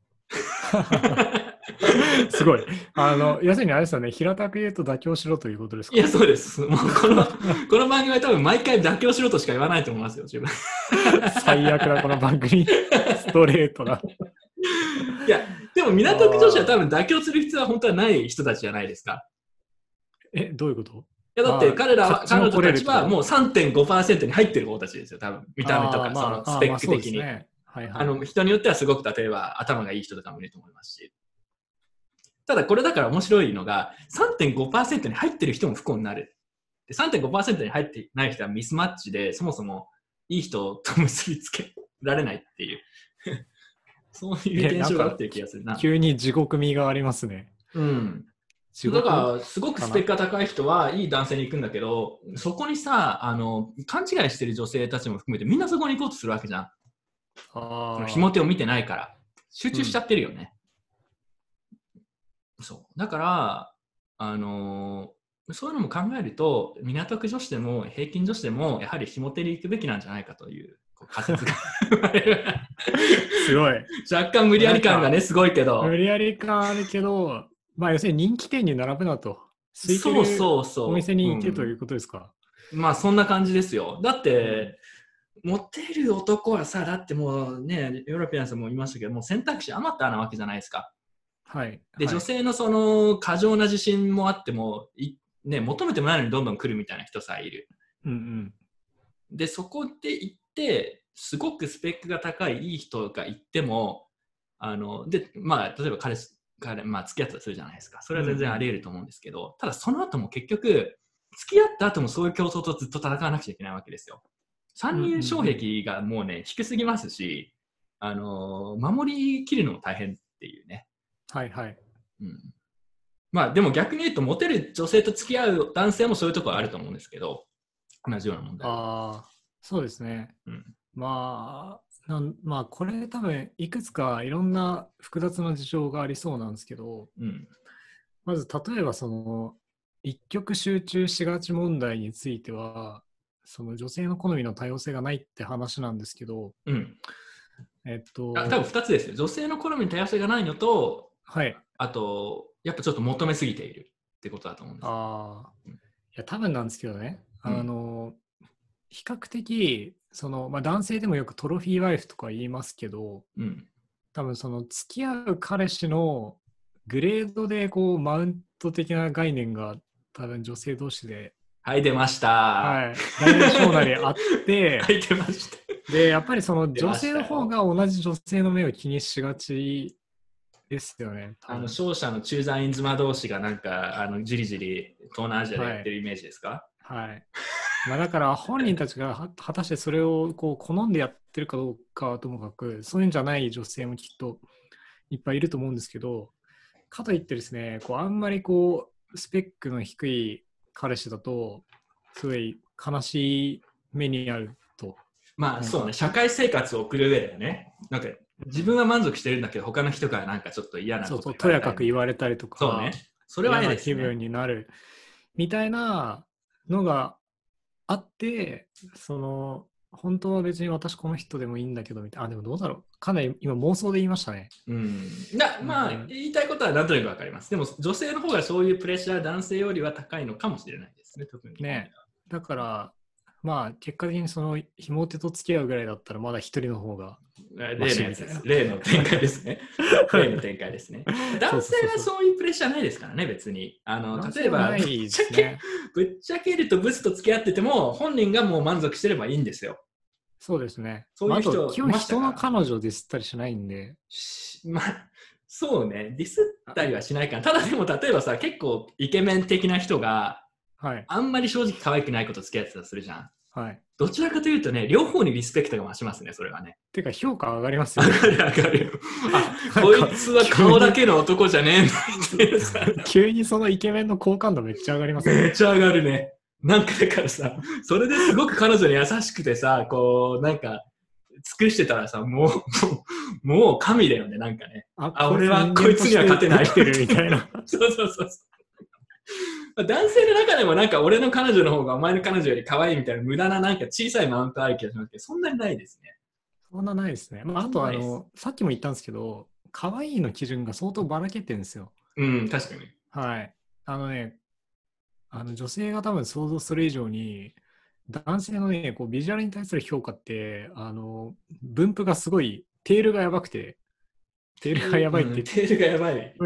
Speaker 2: すごいあの要するにあれですよね平たく言うと妥協しろということですか
Speaker 1: いや、そうです。もうこの、 この番組は多分毎回妥協しろとしか言わないと思いますよ、自分。
Speaker 2: 最悪だこの番組ストレートだ
Speaker 1: いや、でも港区女子は多分妥協する必要は本当はない人たちじゃないですか。
Speaker 2: えどういうこと
Speaker 1: いやだって
Speaker 2: まあ
Speaker 1: 彼らは、
Speaker 2: 勝ち
Speaker 1: 彼
Speaker 2: 残れ
Speaker 1: 女た
Speaker 2: るって
Speaker 1: ち
Speaker 2: こと
Speaker 1: はもう3.5%に入ってる方たちですよ、多分見た目と
Speaker 2: あ
Speaker 1: か、
Speaker 2: ー
Speaker 1: そ
Speaker 2: ま
Speaker 1: の
Speaker 2: あ
Speaker 1: ス
Speaker 2: あ
Speaker 1: ペ
Speaker 2: ーまあ
Speaker 1: ック
Speaker 2: そうで
Speaker 1: 的
Speaker 2: す
Speaker 1: に。
Speaker 2: ねはいはい
Speaker 1: あの人によってはすごく例えば頭がいい人とかもいると思いますし。ただこれだから面白いのが3.5%に入ってる人も不幸になる。で3.5%に入ってない人はミスマッチでそもそもいい人と結びつけられないっていう。 そういう現象があってる気がするな。
Speaker 2: 急に地獄味がありますね
Speaker 1: うん。
Speaker 2: 地
Speaker 1: だ
Speaker 2: 獄
Speaker 1: から、すごくスペックが高い人はいい男性に行くんだけど、そこにさ、あの、勘違いしてる女性たちも含めて、みんなそこに行こうとするわけじゃん。
Speaker 2: あ
Speaker 1: そ
Speaker 2: ー
Speaker 1: のひも手を見てないから。集中しちゃってるよね。そう。だから、あのーそういうのも考えると、港区女子でも平均女子でも、やはりひも手に行くべきなんじゃないかというこう仮説が 生まれる。
Speaker 2: すごい
Speaker 1: 若干無理やり感がね、すごいけど。
Speaker 2: 無理やり感あるけど、まあ要するに人気店に並ぶなと。空いてる
Speaker 1: そうそうそう。
Speaker 2: お店に行け
Speaker 1: うん
Speaker 2: ということですか。
Speaker 1: まあそんな感じですよ。だって、モテる男はさ、だってもうね、ヨーロピアンさんも言いましたけど、もう選択肢あまたなわけじゃないですか。
Speaker 2: はい。
Speaker 1: で、
Speaker 2: はい
Speaker 1: 女性のその過剰な自信もあっても、いね、求めてもないのにどんどん来るみたいな人さえいる。
Speaker 2: うんうん。
Speaker 1: で、そこで行って、すごくスペックが高いいい人がいっても、あの、で、まあ、例えば彼氏、彼、まあ、付き合ったとするじゃないですか。それは全然あり得ると思うんですけど、ただその後も結局、付き合った後もそういう競争とずっと戦わなくちゃいけないわけですよ。参入障壁がもうね、低すぎますし、あの、守りきるのも大変っていうね。
Speaker 2: はいはい。
Speaker 1: うん。まあ、でも逆に言うと、モテる女性と付き合う男性もそういうところあると思うんですけど、同じような問題。
Speaker 2: ああ、そうですね。
Speaker 1: うん
Speaker 2: まあ、なんまあ、これ多分、いくつかいろんな複雑な事情がありそうなんですけど、
Speaker 1: うん。
Speaker 2: まず例えばその、一極集中しがち問題については、その女性の好みの多様性がないって話なんですけど、
Speaker 1: うん。
Speaker 2: えっと、
Speaker 1: あ多分2つですよ。女性の好みに多様性がないのと、
Speaker 2: はい。
Speaker 1: あと、やっぱちょっと求めすぎているってことだと思うんです。
Speaker 2: ああ、
Speaker 1: う
Speaker 2: い
Speaker 1: ん
Speaker 2: や、多分なんですけどね、
Speaker 1: うん
Speaker 2: あの、比較的、その、まあ、男性でもよくトロフィーワイフとか言いますけど、
Speaker 1: うん。
Speaker 2: 多分その、付き合う彼氏のグレードで、こう、マウント的な概念が、多分女性同士で、
Speaker 1: はい、出ました。は
Speaker 2: はい、大々将来あって、
Speaker 1: い、出ました。
Speaker 2: で、やっぱりその
Speaker 1: 出ま
Speaker 2: 女
Speaker 1: したよ
Speaker 2: 性の方が同じ女性の目を気にしがちですよね。多
Speaker 1: あの
Speaker 2: 分
Speaker 1: 勝者の駐在員妻同士がなんかあのじりじり東南アジアでやってるイメージですか、
Speaker 2: はい。まあ、だから本人たちがは果たしてそれをこう好んでやってるかどうかはともかく、そういうんじゃない女性もきっといっぱいいると思うんですけど、かといってですね、こうあんまりこうスペックの低い彼氏だと、すごい悲しい目に遭うと。
Speaker 1: ま
Speaker 2: う
Speaker 1: あ
Speaker 2: ん
Speaker 1: そうね社会生活を送る上ではねなんか自分は満足してるんだけど他の人からなんかちょっと嫌な
Speaker 2: そ
Speaker 1: こ
Speaker 2: うそ
Speaker 1: と
Speaker 2: う、とやかく言
Speaker 1: わ
Speaker 2: われたりとか。
Speaker 1: そうねそれは嫌
Speaker 2: 嫌
Speaker 1: で
Speaker 2: な
Speaker 1: す
Speaker 2: 気分
Speaker 1: ね
Speaker 2: になるみたいなのがあってその本当は別に私この人でもいいんだけどみたいなあでもどうだろうかなり今妄想で言いましたね
Speaker 1: うんだまあ、
Speaker 2: うん
Speaker 1: 言いたいことはなんとなくわかりますでも女性の方がそういうプレッシャー男性よりは高いのかもしれないですね特に
Speaker 2: ねだからまあ結果的にその紐手と付き合うぐらいだったらまだ一人の方が
Speaker 1: 例の
Speaker 2: マ
Speaker 1: やつ
Speaker 2: シ
Speaker 1: で
Speaker 2: みたい
Speaker 1: す。
Speaker 2: な
Speaker 1: 例の展開です ね。例の展開ですね。男性は
Speaker 2: そうそうそうそ
Speaker 1: そういうプレッシャーないですからね、別に。あの例えば
Speaker 2: な、いですね
Speaker 1: ぶっちゃけるとブスと付き合ってても、本人がもう満足してればいいんですよ。
Speaker 2: そうですね
Speaker 1: そういう人
Speaker 2: まああと基
Speaker 1: い
Speaker 2: 本
Speaker 1: ましたか
Speaker 2: 人の彼女ディスったりしないんで
Speaker 1: しまあ、そうね、ディスったりはしないから。ただでも、例えばさ、結構イケメン的な人が
Speaker 2: はい
Speaker 1: あんまり正直可愛くないこと付き合ってたとするじゃん。
Speaker 2: はい
Speaker 1: どちらかというとね、両方にリスペクトが増しますね、それはね。
Speaker 2: てか評価上がりますよ
Speaker 1: わ
Speaker 2: ね
Speaker 1: かるわかる。 あ、 こいつは顔だけの男じゃねえんだっていうさ。
Speaker 2: 急にそのイケメンの好感度めっちゃ上がりますね
Speaker 1: めっちゃ上がるね。なんかだからさ、それですごく彼女に優しくてさ、こう、なんか、尽くしてたらさ、もう、もう、もう神だよね、なんかね。あ
Speaker 2: あ
Speaker 1: 俺はこいつには勝てない
Speaker 2: 生きてるみたいな。
Speaker 1: そうそうそうそう。男性の中でもなんか俺の彼女の方がお前の彼女より可愛いみたいな無駄ななんか小さいマウントある気がしますけど、そんなにないですね。
Speaker 2: そんなないですね。まあ、あとあの、さっきも言ったんですけど、可愛いの基準が相当ばらけてるんですよ。
Speaker 1: うん、確かに。
Speaker 2: はい。あのね、あの女性が多分想像する以上に、男性のね、こうビジュアルに対する評価って、あの、分布がすごい、テールがやばくて、テールがやばいって
Speaker 1: うんテールがやばい。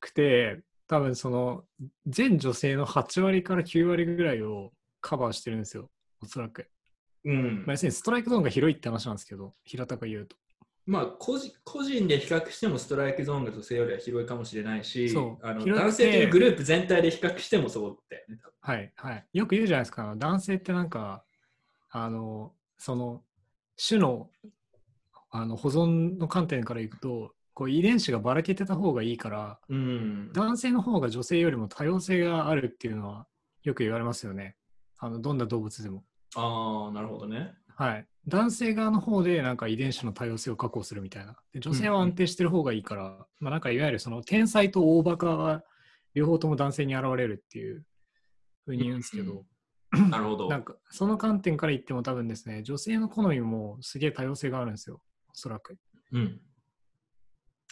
Speaker 2: くて、多分その、全女性の8割から9割ぐらいをカバーしてるんですよ。おそらく。
Speaker 1: うん
Speaker 2: まあ、。要するにストライクゾーンが広いって話なんですけど、平たく言うと。
Speaker 1: まあ個人、個人で比較してもストライクゾーンが女性よりは広いかもしれないし、
Speaker 2: そう
Speaker 1: あの
Speaker 2: 広くて
Speaker 1: 男性というグループ全体で比較してもそうだよね。多分
Speaker 2: はいはい。よく言うじゃないですか、あの男性ってなんか、あの、その、種のあの保存の観点からいくと、こう遺伝子がばらけてた方がいいから、
Speaker 1: うん、
Speaker 2: 男性の方が女性よりも多様性があるっていうのはよく言われますよね。あのどんな動物でも。
Speaker 1: ああ、なるほどね。
Speaker 2: はい。男性側の方でなんか遺伝子の多様性を確保するみたいな。で女性は安定してる方がいいから、まあなんかいわゆるその天才と大バカが両方とも男性に現れるっていうふうに言うんですけど、
Speaker 1: うんなるほど。
Speaker 2: なんかその観点から言っても多分ですね、女性の好みもすげえ多様性があるんですよ、おそらく。
Speaker 1: うん。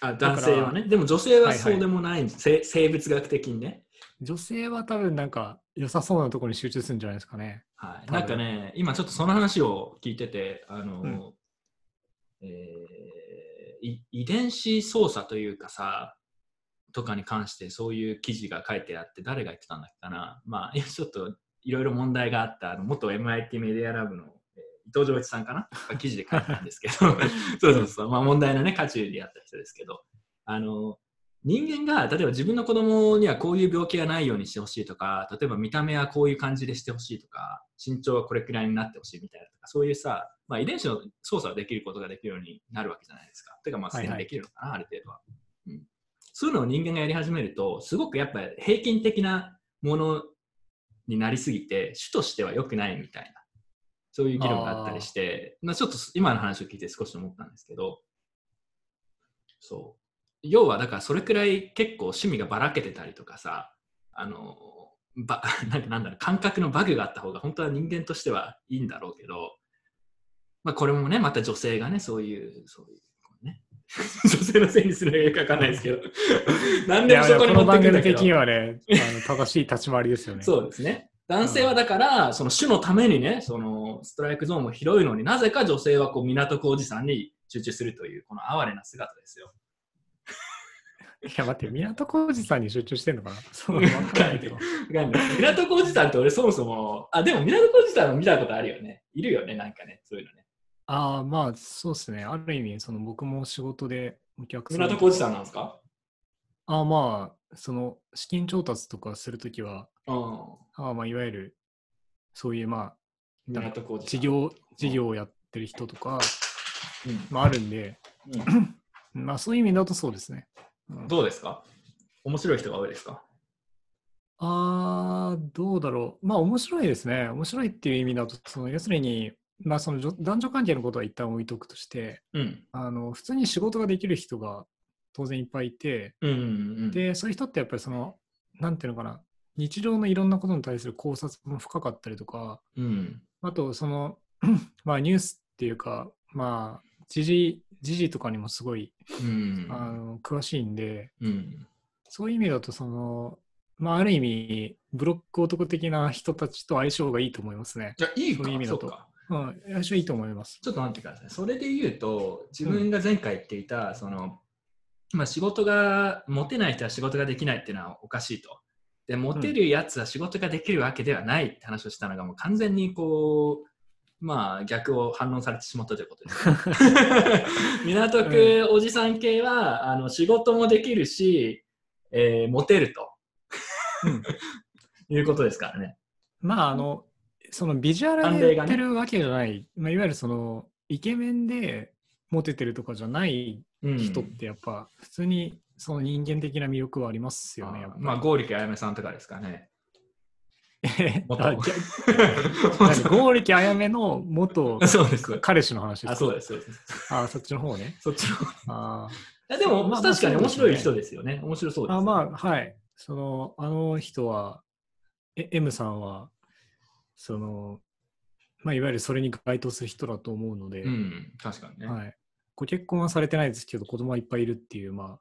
Speaker 1: あ
Speaker 2: から
Speaker 1: 男性はね。でも女性は
Speaker 2: はいは
Speaker 1: そ
Speaker 2: いう
Speaker 1: でもないんです、せ生物学的にね。
Speaker 2: 女性は多分なんか良さそうなところに集中するんじゃないですかね。
Speaker 1: はい、
Speaker 2: 多分
Speaker 1: なんかね、今ちょっとその話を聞いてて、あの、
Speaker 2: うん
Speaker 1: えーい遺伝子操作というかさ、とかに関してそういう記事が書いてあって、誰が言ってたんだっけかな。まあ、いやちょっといろいろ問題があった、あの元 MIT メディアラブの、えー道場一さんかなが記事で書いたんです けど、そうそうそう、まあ問題なね、渦中でやった人ですけど、あの、人間が、例えば自分の子供にはこういう病気がないようにしてほしいとか、例えば見た目はこういう感じでしてほしいとか、身長はこれくらいになってほしいみたいなとか、そういうさ、まあ遺伝子の操作をできることができるようになるわけじゃないですか。てかまあすでにできるのかな、ある程度は。うんそういうのを人間がやり始めると、すごくやっぱ平均的なものになりすぎて、種としては良くないみたいな、そういう議論があったりして、まあ、ちょっと今の話を聞いて少し思ったんですけど、そう。要はだからそれくらい結構趣味がばらけてたりとかさ、あの、ば なんかなんだろう、感覚のバグがあった方が本当は人間としてはいいんだろうけど、まあこれもね、また女性がね、そういう、そういう、こうね、 女性のせいにするのがよくわかんないですけど、 何
Speaker 2: い
Speaker 1: でも
Speaker 2: やい
Speaker 1: そ
Speaker 2: や
Speaker 1: こ
Speaker 2: こ
Speaker 1: に持
Speaker 2: の
Speaker 1: って
Speaker 2: 番
Speaker 1: くるん
Speaker 2: 組
Speaker 1: だけ
Speaker 2: 的
Speaker 1: ど
Speaker 2: に。はね、あの正しい立ち回りですよね。
Speaker 1: そうですね。男性はだから、その種のためにね、そのストライクゾーンも広いのになぜか女性はこう港区おじさんに集中するという、この哀れな姿です よ。
Speaker 2: いや、待って、港浩二さんに集中してんのかな そう、わかんないけど。
Speaker 1: わかんない港区おじさんって俺そもそも、あ、でも港区おじさんも見たことあるよね。いるよね、なんかね、そういうのね。
Speaker 2: ああ、まあ、そうですね。ある意味、その僕も仕事でお客さん。
Speaker 1: 港区おじさんなんですか
Speaker 2: ああ、まあ、その資金調達とかするときは、
Speaker 1: うん。
Speaker 2: ああまあ、いわゆる、そういう、ま
Speaker 1: 港区お
Speaker 2: あ、
Speaker 1: じさん。
Speaker 2: 事業、事業をやってる人とか、
Speaker 1: うん
Speaker 2: まあ、あるんで、
Speaker 1: うん
Speaker 2: まあ、そういう意味だとそうですね。うん
Speaker 1: どうですか面白い人が多いですか
Speaker 2: あーどうだろう。まあ面白いですね。面白いっていう意味だと、その要するに、まあ、その女男女関係のことは一旦置いとくとして
Speaker 1: うん。
Speaker 2: あの、普通に仕事ができる人が当然いっぱいいて、
Speaker 1: うんうんうん。、
Speaker 2: で、そういう人ってやっぱりその、なんていうのかな、日常のいろんなことに対する考察も深かったりとか、
Speaker 1: うん。
Speaker 2: あとその、 まあ、ニュースっていうか、まあ、時事時事とかにもすごい
Speaker 1: うん。
Speaker 2: あの詳しいんで、
Speaker 1: うん。
Speaker 2: そういう意味だと、その、まあ、ある意味、ブロック男的な人たちと相性がいいと思いますね。
Speaker 1: じゃあ、いいか
Speaker 2: そういう意味だと
Speaker 1: そっか
Speaker 2: うん、相性いいと思います。
Speaker 1: ちょっと待ってください。それで言うと、自分が前回言っていた、その、まあ、仕事が、モテない人は仕事ができないっていうのはおかしいと。で、モテるやつは仕事ができるわけではないって話をしたのが、もう完全にこう、まあ、逆を反論されてしまったということですね。 港区おじさん系は、あの仕事もできるし、えーモテると いうことですからね。
Speaker 2: まあ、あの、そのビジュアルで売ってるわけじゃない、まあ、いわゆるその、イケメンでモテてるとかじゃない
Speaker 1: うん
Speaker 2: 人って、やっぱ、普通にその人間的な魅力はありますよね、やっ
Speaker 1: あ
Speaker 2: ぱ
Speaker 1: ーまあ、剛力あやめさんとかですかね。
Speaker 2: り。
Speaker 1: 元
Speaker 2: あじゃ何剛力あやめの元
Speaker 1: そうです。
Speaker 2: 彼氏の話で
Speaker 1: あ、
Speaker 2: すか。
Speaker 1: そうです、そうです。
Speaker 2: あそっちの方ね。
Speaker 1: そっちの。
Speaker 2: あー
Speaker 1: いやでも、
Speaker 2: まあ
Speaker 1: 確かに
Speaker 2: まあ
Speaker 1: 面白い
Speaker 2: そ
Speaker 1: 人ですよね。面白そうです。
Speaker 2: あまあはいそのあの人はえ M さんはその、まあ、いわゆるそれに該当する人だと思うので、
Speaker 1: うん、確かにね。
Speaker 2: はい、ご結婚はされてないですけど子供はいっぱいいるっていうまあ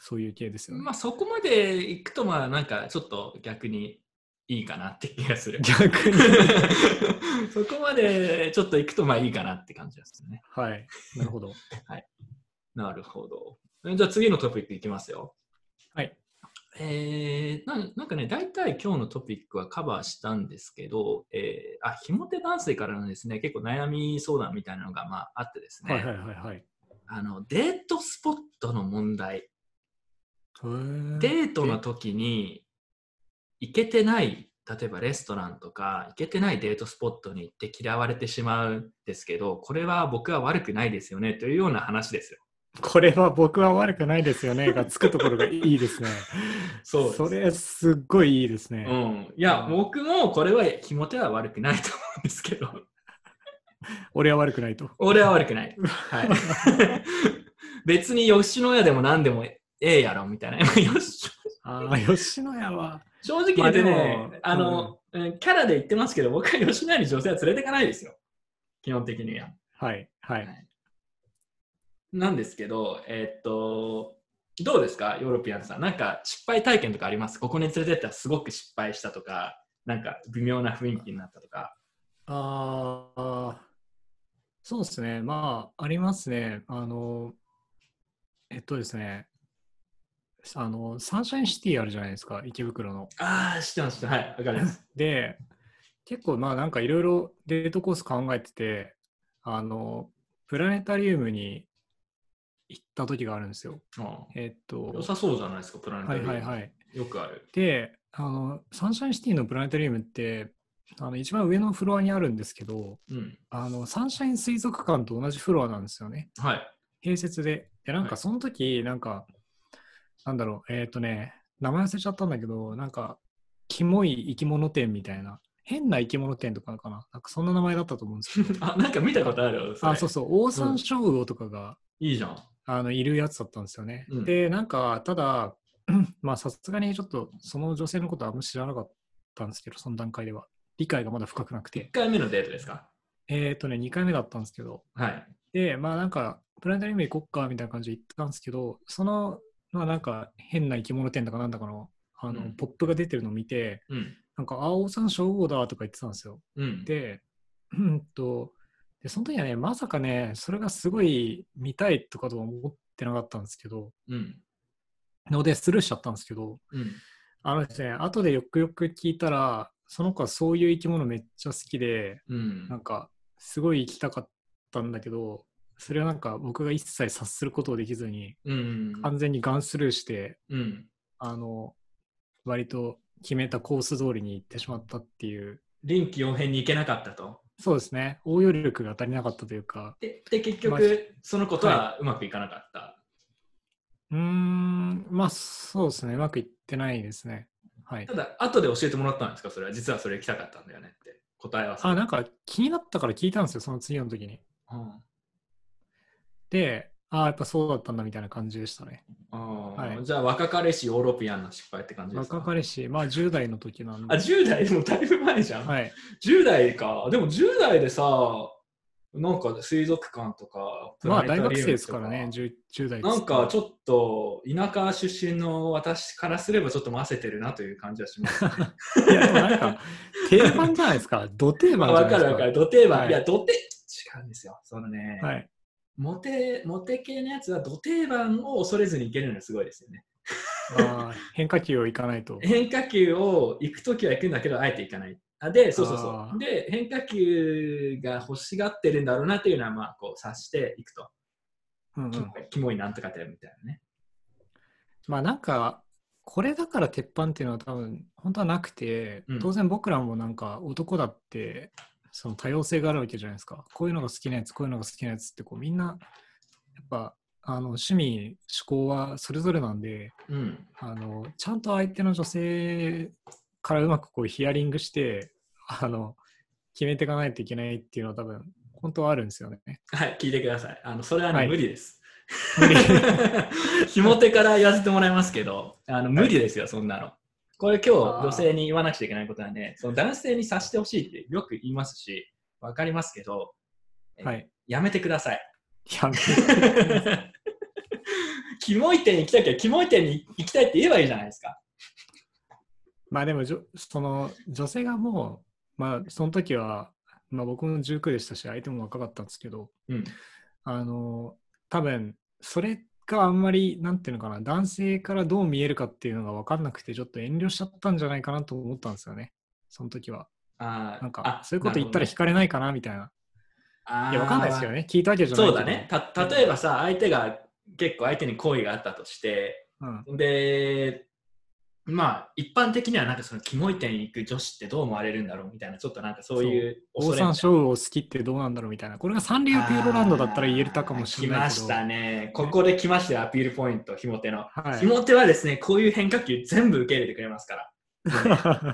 Speaker 2: そういう系ですよね、
Speaker 1: まあ、そこまで行くと、まあ、なんか、ちょっと逆にいいかなって気がする。
Speaker 2: 逆に
Speaker 1: そこまでちょっと行くと、まあいいかなって感じですね。
Speaker 2: はい なるほど
Speaker 1: なるほど。えじゃあ次のトピックいきますよ。
Speaker 2: はい
Speaker 1: えー、なんなんかね、大体今日のトピックはカバーしたんですけど、えー、あ、ひもて男性からのですね、結構悩み相談みたいなのが、まあ、あってですね、
Speaker 2: はいはいはいはいへ
Speaker 1: あのデートスポットの問題、
Speaker 2: ー
Speaker 1: デートの時に行けてない例えばレストランとか行けてないデートスポットに行って嫌われてしまうんですけどこれは僕は悪くないですよねというような話ですよ。
Speaker 2: これは僕は悪くないですよねがつくところがいいですね
Speaker 1: そうです
Speaker 2: それすっごいいいですね、
Speaker 1: うん、いや僕もこれは気持ちは悪くないと思うんですけど
Speaker 2: 俺は悪くないと
Speaker 1: 俺は悪く ない。はい、別に吉野家でも何でもええやろみたいな 吉
Speaker 2: ああ吉野家は
Speaker 1: 正直言ってね、
Speaker 2: まあでも
Speaker 1: あの、うんキャラで言ってますけど、僕は吉野家に女性は連れていかないですよ。基本的には。
Speaker 2: はいはい
Speaker 1: なんですけど、えーっと、どうですか、ヨーロピアンさん。なんか失敗体験とかありますここに連れてったらすごく失敗したとか、なんか微妙な雰囲気になったとか。
Speaker 2: ああ、そうですね。まあ、ありますね。あの、えっとですね、あの、サンシャインシティあるじゃないですか、池袋の。
Speaker 1: ああ、知ってます、知ってますはい、わかります。
Speaker 2: で、結構、まあ、なんかいろいろデートコース考えてて、あの、プラネタリウムに行った時があるんですよ。えっと、
Speaker 1: 良さそうじゃないですか、プラネタ
Speaker 2: は
Speaker 1: リ
Speaker 2: い
Speaker 1: ウム。
Speaker 2: はいはい。
Speaker 1: よくある。
Speaker 2: で、あの、サンシャインシティのプラネタリウムって、あの一番上のフロアにあるんですけど、
Speaker 1: うん。
Speaker 2: あのサンシャイン水族館と同じフロアなんですよね。
Speaker 1: はい。
Speaker 2: 併設で。で、なん
Speaker 1: は
Speaker 2: か
Speaker 1: い
Speaker 2: その時、なんか、なんだろう、えっ、とね、名前忘れちゃったんだけど、なんか、キモい生き物店みたいな、変な生き物店とかかな、なんかそんな名前だったと思うんですけど、
Speaker 1: あ、なんか見たことあるよ。
Speaker 2: あ、そう
Speaker 1: そ
Speaker 2: そう、オオサンショウウオとかが、
Speaker 1: れいいじゃん。
Speaker 2: あのいるやつだったんですよね。
Speaker 1: うん
Speaker 2: で、なんか、ただ、 まあ、さすがにちょっと、その女性のことはあんま知らなかったんですけど、その段階では。理解がまだ深くなく
Speaker 1: 1
Speaker 2: て。
Speaker 1: 回目のデートですか
Speaker 2: えっ、とね、2回目だったんですけど、
Speaker 1: はい。
Speaker 2: で、まあなんか、プラネタリウム行こっかみたいな感じで行ったんですけど、その、まあなんか、変な生き物店だかなんだかの、あの、
Speaker 1: うん
Speaker 2: ポップが出てるのを見て、
Speaker 1: うん。
Speaker 2: なんか、あ、オオサンショウウオだとか言ってたんですよ。
Speaker 1: うん。
Speaker 2: で、うんと、で、その時はね、まさかね、それがすごい見たいとかとは思ってなかったんですけど、
Speaker 1: うん。
Speaker 2: ので、スルーしちゃったんですけど、
Speaker 1: うん。
Speaker 2: あのですね、後でよくよく聞いたら、その子はそういう生き物めっちゃ好きで、
Speaker 1: うん
Speaker 2: なんか、すごい行きたかったんだけど、それはなんか僕が一切察することをできずに、
Speaker 1: うん。
Speaker 2: 完全にガンスルーして、
Speaker 1: うん。
Speaker 2: あの、割と決めたコース通りに行ってしまったっていう、
Speaker 1: 臨機応変に行けなかったと。
Speaker 2: そうですね、応用力が足りなかったというか、
Speaker 1: で、で結
Speaker 2: まあ
Speaker 1: 局、そのことはうまくいかなかった。
Speaker 2: うーん、まあそうですね、うまくいってないですね。はい
Speaker 1: た。だ、後で教えてもらったんですかそれは、実はそれ行きたかったんだよねって。答えは
Speaker 2: あ、なんんか気になったから聞いたんですよ、その次の時に。
Speaker 1: うん
Speaker 2: で、ああ、やっぱそうだったんだみたいな感じでしたね。
Speaker 1: あー
Speaker 2: はい
Speaker 1: じゃあ、若彼氏、ヨーロピアンな失敗って感じですか
Speaker 2: 若彼氏、まあ10代の時なん
Speaker 1: あ、
Speaker 2: で。
Speaker 1: 10代でもだいぶ前じゃん。
Speaker 2: はい。
Speaker 1: 10代か。でも10代でさ、なんか水族館とか、
Speaker 2: まあ
Speaker 1: プラネ
Speaker 2: 大
Speaker 1: タ
Speaker 2: 学
Speaker 1: リウムと
Speaker 2: 生ですからね、10, 10代で
Speaker 1: な
Speaker 2: す
Speaker 1: んかちょっと田舎出身の私からすればちょっと混ぜてるなという感じはし ます、ね。
Speaker 2: いやでもなんか、定番じゃないですか。ど定番じゃ
Speaker 1: わ
Speaker 2: ないで
Speaker 1: か
Speaker 2: す
Speaker 1: る
Speaker 2: か。
Speaker 1: わかる。土定番。
Speaker 2: はい
Speaker 1: い、や、土定、違うんですよ。そのね、
Speaker 2: はい。
Speaker 1: モテ、モテ系のやつは土定番を恐れずにいけるのがすごいですよね。
Speaker 2: あー変化球をいかないと。
Speaker 1: 変化球を行くときは行くんだけど、あえて行かない。あで、そうそう
Speaker 2: あ
Speaker 1: そ
Speaker 2: ー
Speaker 1: う。で、変化球が欲しがってるんだろうなっていうのは、まあ、こう、察していくと。
Speaker 2: うんうん
Speaker 1: キモいキモいなんとかだよみたいなね。
Speaker 2: まあなんか、これだから鉄板っていうのは多分、本当はなくて
Speaker 1: うん、
Speaker 2: 当然僕らもなんか男だって、その多様性があるわけじゃないですか。こういうのが好きなやつ、こういうのが好きなやつって、こうみんな、やっぱ、あの趣味、趣向はそれぞれなんで、
Speaker 1: うん。
Speaker 2: あのちゃんと相手の女性からうまくこうヒアリングしてあの決めていかないといけないっていうのは多分本当はあるんですよね。
Speaker 1: はい、聞いてください。あの、それはね、
Speaker 2: はい
Speaker 1: 無理です。
Speaker 2: 無理
Speaker 1: ひも手から言わせてもらいますけど、あの、無理ですよ、そんなの。これ今日、女性に言わなくちゃいけないことはね、その男性に察してほしいってよく言いますし、わかりますけど、え
Speaker 2: はい、
Speaker 1: やめてください。
Speaker 2: やめ
Speaker 1: キモい店に行きたきゃ、キモい店に行きたいって言えばいいじゃないですか。
Speaker 2: まあでもじょその女性がもう、まあ、その時は、まあ、僕も19でしたし相手も若かったんですけど
Speaker 1: うん。
Speaker 2: あの多分それがあんまりなんていうのかな男性からどう見えるかっていうのが分かんなくてちょっと遠慮しちゃったんじゃないかなと思ったんですよねその時は。
Speaker 1: あー
Speaker 2: なんか
Speaker 1: あ
Speaker 2: そういうこと言ったら
Speaker 1: なる
Speaker 2: 惹かれないかなみたいな。
Speaker 1: ほどね
Speaker 2: いや、わかんないですよね。聞いたわけじゃない
Speaker 1: そ
Speaker 2: け
Speaker 1: うだ
Speaker 2: ど
Speaker 1: ね。。た例えばさ、相手が結構相手に好意があったとして、
Speaker 2: うん。
Speaker 1: で、まあ、一般的にはなんかそのキモい店行く女子ってどう思われるんだろうみたいな、ちょっとなんかそういう
Speaker 2: オーサンショウウオ好きってどうなんだろうみたいな。これがサンリオピューロランドだったら言えたかもしれな
Speaker 1: あ
Speaker 2: いけど。
Speaker 1: ー来ましたね。ここで来ましたよ、アピールポイント、ひも手の。ひ
Speaker 2: は
Speaker 1: も手はですね、こういう変化球全部受け入れてくれますから。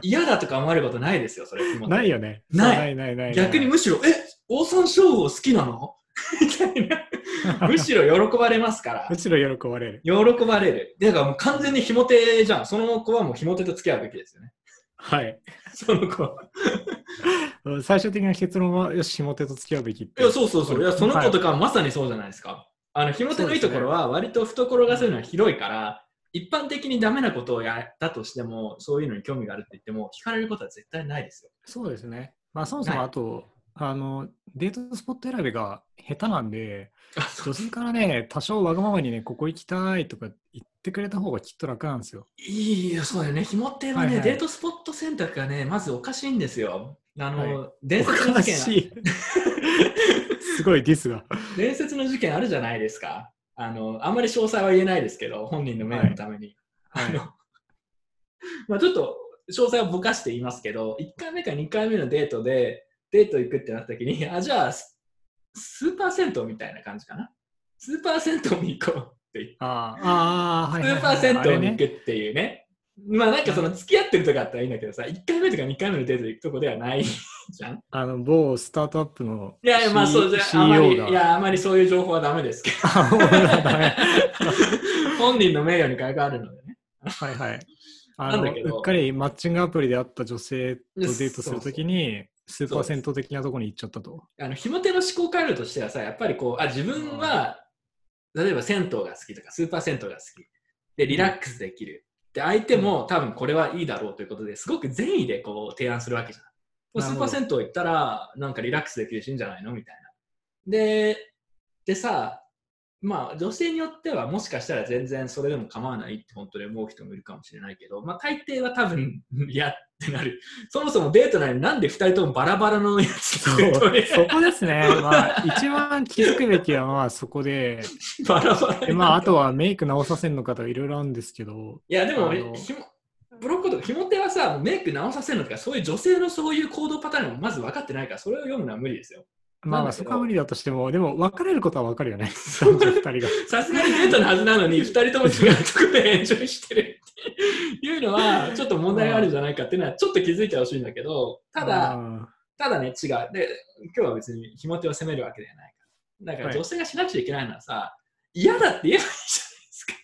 Speaker 1: 嫌だとか思われることないですよ、それ。ひも
Speaker 2: い。
Speaker 1: 手
Speaker 2: ないよね。
Speaker 1: ない
Speaker 2: いないないない。
Speaker 1: 逆にむしろ、え、オーサンショウウオ好きなのみたい な。むしろ喜ばれますから
Speaker 2: む。しろ喜ばれる。
Speaker 1: 喜ばれる。だからもう完全にひも手じゃん。その子はもうひも手と付き合うべきですよね。
Speaker 2: はい。
Speaker 1: その子は。
Speaker 2: うん最終的な結論は、よし、下手と付き合うべきって。
Speaker 1: いや、そうそうそう。いや、その子と
Speaker 2: か。
Speaker 1: かはまさにそうじゃないですか。あの、ひも手のいいところは割と懐がするのは広いから、一般的にダメなことをやったとしても、そういうのに興味があるって言っても、惹かれることは絶対ないですよ。
Speaker 2: そうですね。まあ、そもそ
Speaker 1: は
Speaker 2: も、
Speaker 1: い
Speaker 2: あと、あの、デートスポット選びが下手なんで、
Speaker 1: あ、そ
Speaker 2: 女性からね、多少わがままにね、ここ行きたいとか言ってくれた方がきっと楽なんですよ。
Speaker 1: いいよ、そうだよね。ひも手はね、
Speaker 2: はいはい
Speaker 1: デートスポット選択がね、まずおかしいんですよ。あの、
Speaker 2: は
Speaker 1: デー
Speaker 2: お
Speaker 1: ト選択
Speaker 2: か
Speaker 1: 権
Speaker 2: しい。すごいディスが。
Speaker 1: 伝説の事件あるじゃないですか。あの、あんまり詳細は言えないですけど、本人の名誉のために。
Speaker 2: はい
Speaker 1: あ の、 まあちょっと詳細はぼかして言いますけど、1回目か2回目のデートで、デート行くってなった時に、あ、じゃあ、ススーパー銭湯みたいな感じかな。スーパー銭湯に行こうって言って
Speaker 2: ああ、ああ、はい
Speaker 1: ス
Speaker 2: はいは
Speaker 1: ー
Speaker 2: い。
Speaker 1: パー銭湯に行
Speaker 2: あれね
Speaker 1: くっていうね。まあなんかその付き合ってるとかあったらいいんだけどさ、1回目とか2回目のデートで行くとこではないじゃん。
Speaker 2: あの、某スタートアップの、
Speaker 1: いやいや、まあそうじゃ
Speaker 2: C-
Speaker 1: あ、あまり、い
Speaker 2: CEO が。
Speaker 1: や、あまりそういう情報はダメです けど、
Speaker 2: あそうなんだね
Speaker 1: 本人の名誉に関わるのでね。
Speaker 2: はいはい。あ
Speaker 1: なん
Speaker 2: の、
Speaker 1: だけど
Speaker 2: うっかりマッチングアプリで会った女性とデートするときに、ス
Speaker 1: う
Speaker 2: ーパー銭湯的なとこに行っちゃったと。
Speaker 1: あの、ひも手の思考回路としてはさ、やっぱりこう、あ、自分は、例えば銭湯が好きとか、スーパー銭湯が好き。で、リラックスできる。で、相手も多分これはいいだろうということで、すごく善意でこう提案するわけじゃん。もう
Speaker 2: な
Speaker 1: ス
Speaker 2: る
Speaker 1: ー
Speaker 2: ほ
Speaker 1: パ
Speaker 2: ど
Speaker 1: ー銭湯行ったら、なんかリラックスできるしいいんじゃないのみたいな。で、でさ、まあ女性によってはもしかしたら全然それでも構わないって本当に思う人もいるかもしれないけど、まあ大抵は多分、 いやってなる。そもそもデートなのになんで二人ともバラバラのやつ
Speaker 2: そ
Speaker 1: とデート
Speaker 2: う
Speaker 1: で
Speaker 2: そこで すね。まあ、一番気づくべきは、まあ、そこで、
Speaker 1: バラバラ
Speaker 2: で
Speaker 1: に
Speaker 2: まあ、あとはメイク直させるのかとかいろいろあるんですけど、
Speaker 1: いや、でも
Speaker 2: あの、
Speaker 1: ひもブロッコとか、ひも手はさ、もうメイク直させるのとか、そういう女性のそういう行動パターンもまず分かってないから、それを読むのは無理ですよ。
Speaker 2: まあ
Speaker 1: な
Speaker 2: まあ、
Speaker 1: んだけど
Speaker 2: そこは無理だとしても、でも、別れることは分かる よね。男女二人が。
Speaker 1: さすがにデートのはずなのに、2人とも違うところで炎上してるっていうの は、ちょっと問題があるんじゃないかっていうのは、ちょっと気づいてほしいんだけど、ただ、
Speaker 2: あ
Speaker 1: ただね、違う。で、今日は別にひも手を責めるわけではないから。だから、
Speaker 2: はい
Speaker 1: 女性がしなくちゃいけないのはさ、嫌だって言えばいいじゃないですか。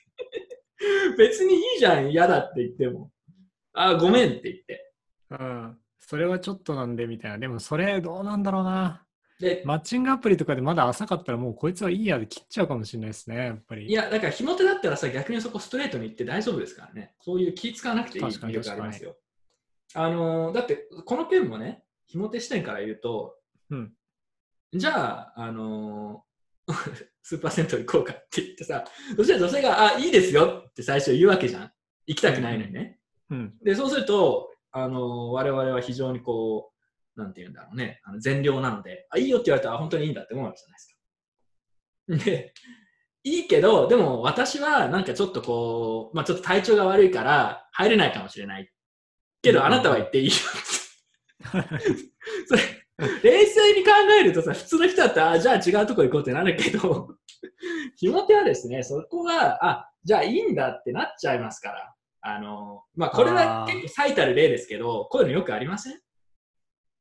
Speaker 1: 別にいいじゃん、嫌だって言っても。あ、ごめんって言って。
Speaker 2: ー、うん。それはちょっとなんで、みたいな。でも、それ、どうなんだろうな。
Speaker 1: で、
Speaker 2: マッチングアプリとかでまだ浅かったら、もうこいつはいいやで切っちゃうかもしれないですね、やっぱり。
Speaker 1: いや、だから、ひも手だったらさ、逆にそこストレートに行って大丈夫ですからね。そういう気使わなくていい
Speaker 2: 確か
Speaker 1: 魅
Speaker 2: に
Speaker 1: 力ありますよ。あのーだって、この件もね、ひも手視点から言うと、
Speaker 2: うん
Speaker 1: じゃあ、あのー スーパー銭湯行こうかって言ってさ、そしたら女性が、あ、いいですよって最初言うわけじゃん。行きたくないのにね。
Speaker 2: うん。
Speaker 1: で、そうすると、あのー我々は非常にこう、なんて言うんだろうね、あの善良なので、あ、いいよって言われたら、あ本当にいいんだって思うわけじゃないですか。で、いいけど、でも私はなんかちょっとこう、まあちょっと体調が悪いから入れないかもしれない。け
Speaker 2: う
Speaker 1: ど、
Speaker 2: ん
Speaker 1: あなたは言っていいよって。それ、冷静に考えるとさ、普通の人だったら、あじゃあ違うとこ行こうってなるけど、 ひも手はですね、そこが、あ、じゃあいいんだってなっちゃいますから。あの、まあこれは
Speaker 2: あー
Speaker 1: 結構最たる例ですけど、こういうのよくありません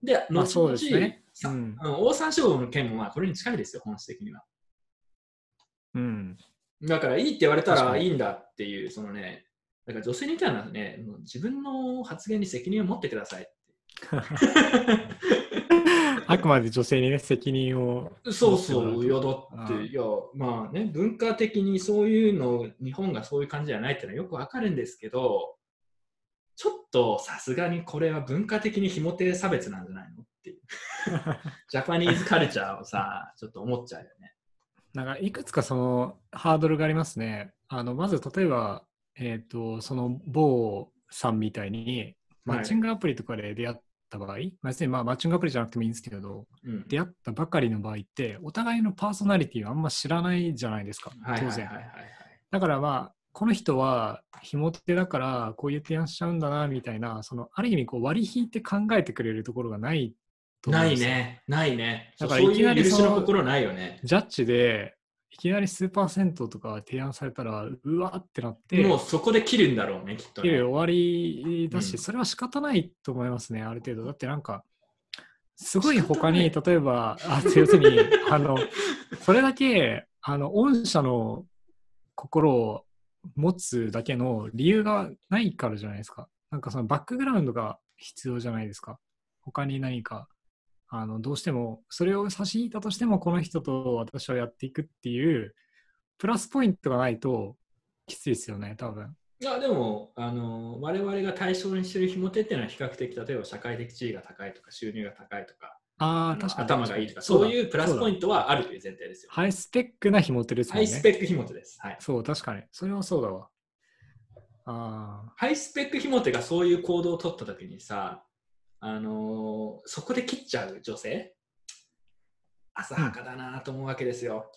Speaker 1: で、
Speaker 2: まあ
Speaker 1: 後
Speaker 2: そう
Speaker 1: 々、
Speaker 2: ですね
Speaker 1: さ
Speaker 2: う
Speaker 1: うん
Speaker 2: ん
Speaker 1: 大三将の件もまあこれに近いですよ、本質的には。
Speaker 2: うん。
Speaker 1: だからいいって言われた
Speaker 2: 確
Speaker 1: ら
Speaker 2: かに
Speaker 1: いいんだっていう、そのね、だから女性に言ったらね、もう自分の発言に責任を持ってください。
Speaker 2: あくまで女性にね、責任を。
Speaker 1: そうそう、いやだって、
Speaker 2: うん
Speaker 1: いや、まあね、文化的にそういうの、日本がそういう感じじゃないってのはよくわかるんですけど、ちょっとさすがにこれは文化的にひも手差別なんじゃないのって いう、ジャパニーズカルチャーをさ、ちょっと思っちゃうよね。
Speaker 2: なんか、いくつかそのハードルがありますね。あの、まず、例えば、えっ、と、その某さんみたいに、マッチングアプリとかで出会った場合、まあ別にまあマッチングアプリじゃなくてもいいんですけど、
Speaker 1: うん、
Speaker 2: 出会ったばかりの場合って、お互いのパーソナリティをあんま知らないじゃないですか、
Speaker 1: はいはいはい
Speaker 2: 当
Speaker 1: はい
Speaker 2: 然
Speaker 1: は。い。
Speaker 2: だからまあ、この人はひも手だからこういう提案しちゃうんだなみたいな、そのある意味こう割り引いて考えてくれるところがないと思うん
Speaker 1: な
Speaker 2: で
Speaker 1: い
Speaker 2: すよ。
Speaker 1: ね、ないね。そ
Speaker 2: だ
Speaker 1: う
Speaker 2: から
Speaker 1: そう
Speaker 2: いき
Speaker 1: い
Speaker 2: な
Speaker 1: う
Speaker 2: り
Speaker 1: 許し
Speaker 2: その
Speaker 1: の心ないよね。
Speaker 2: ジャッジでいきなりスーパー銭湯とか提案されたら、うわーってなって、
Speaker 1: もうそこで切るんだろうね、きっと、
Speaker 2: 切
Speaker 1: ね
Speaker 2: る。終わりだし、
Speaker 1: うん
Speaker 2: それは仕方ないと思いますね、ある程度。だってなんか、すごい
Speaker 1: 仕方
Speaker 2: 他
Speaker 1: ない
Speaker 2: に、例えば、あ要するに、 あの、それだけ、あの、御社の心を持つだけの理由がないからじゃないですか。なんかそのバックグラウンドが必要じゃないですか。他に何か、あの、どうしても、それを差し引いたとしても、この人と私はやっていくっていう、プラスポイントがないと、きついですよね、多分。
Speaker 1: いやでもあの我々が対象にしてるひも手っていうのは比較的例えば社会的地位が高いとか収入が高いとか
Speaker 2: ああ、確かに。
Speaker 1: 頭がいいとかそう
Speaker 2: うだ
Speaker 1: いうプラスポイ
Speaker 2: そうだ
Speaker 1: ントはあるという前提ですよ。
Speaker 2: ハイスペックなひも手ですも
Speaker 1: ハ
Speaker 2: んね。
Speaker 1: イスペックひも手です、はい。
Speaker 2: そう、確かに。それはそうだわ。あ
Speaker 1: ハイスペックひも手がそういう行動を取った時にさ、あのそこで切っちゃう女性浅はかだなと思うわけですよ。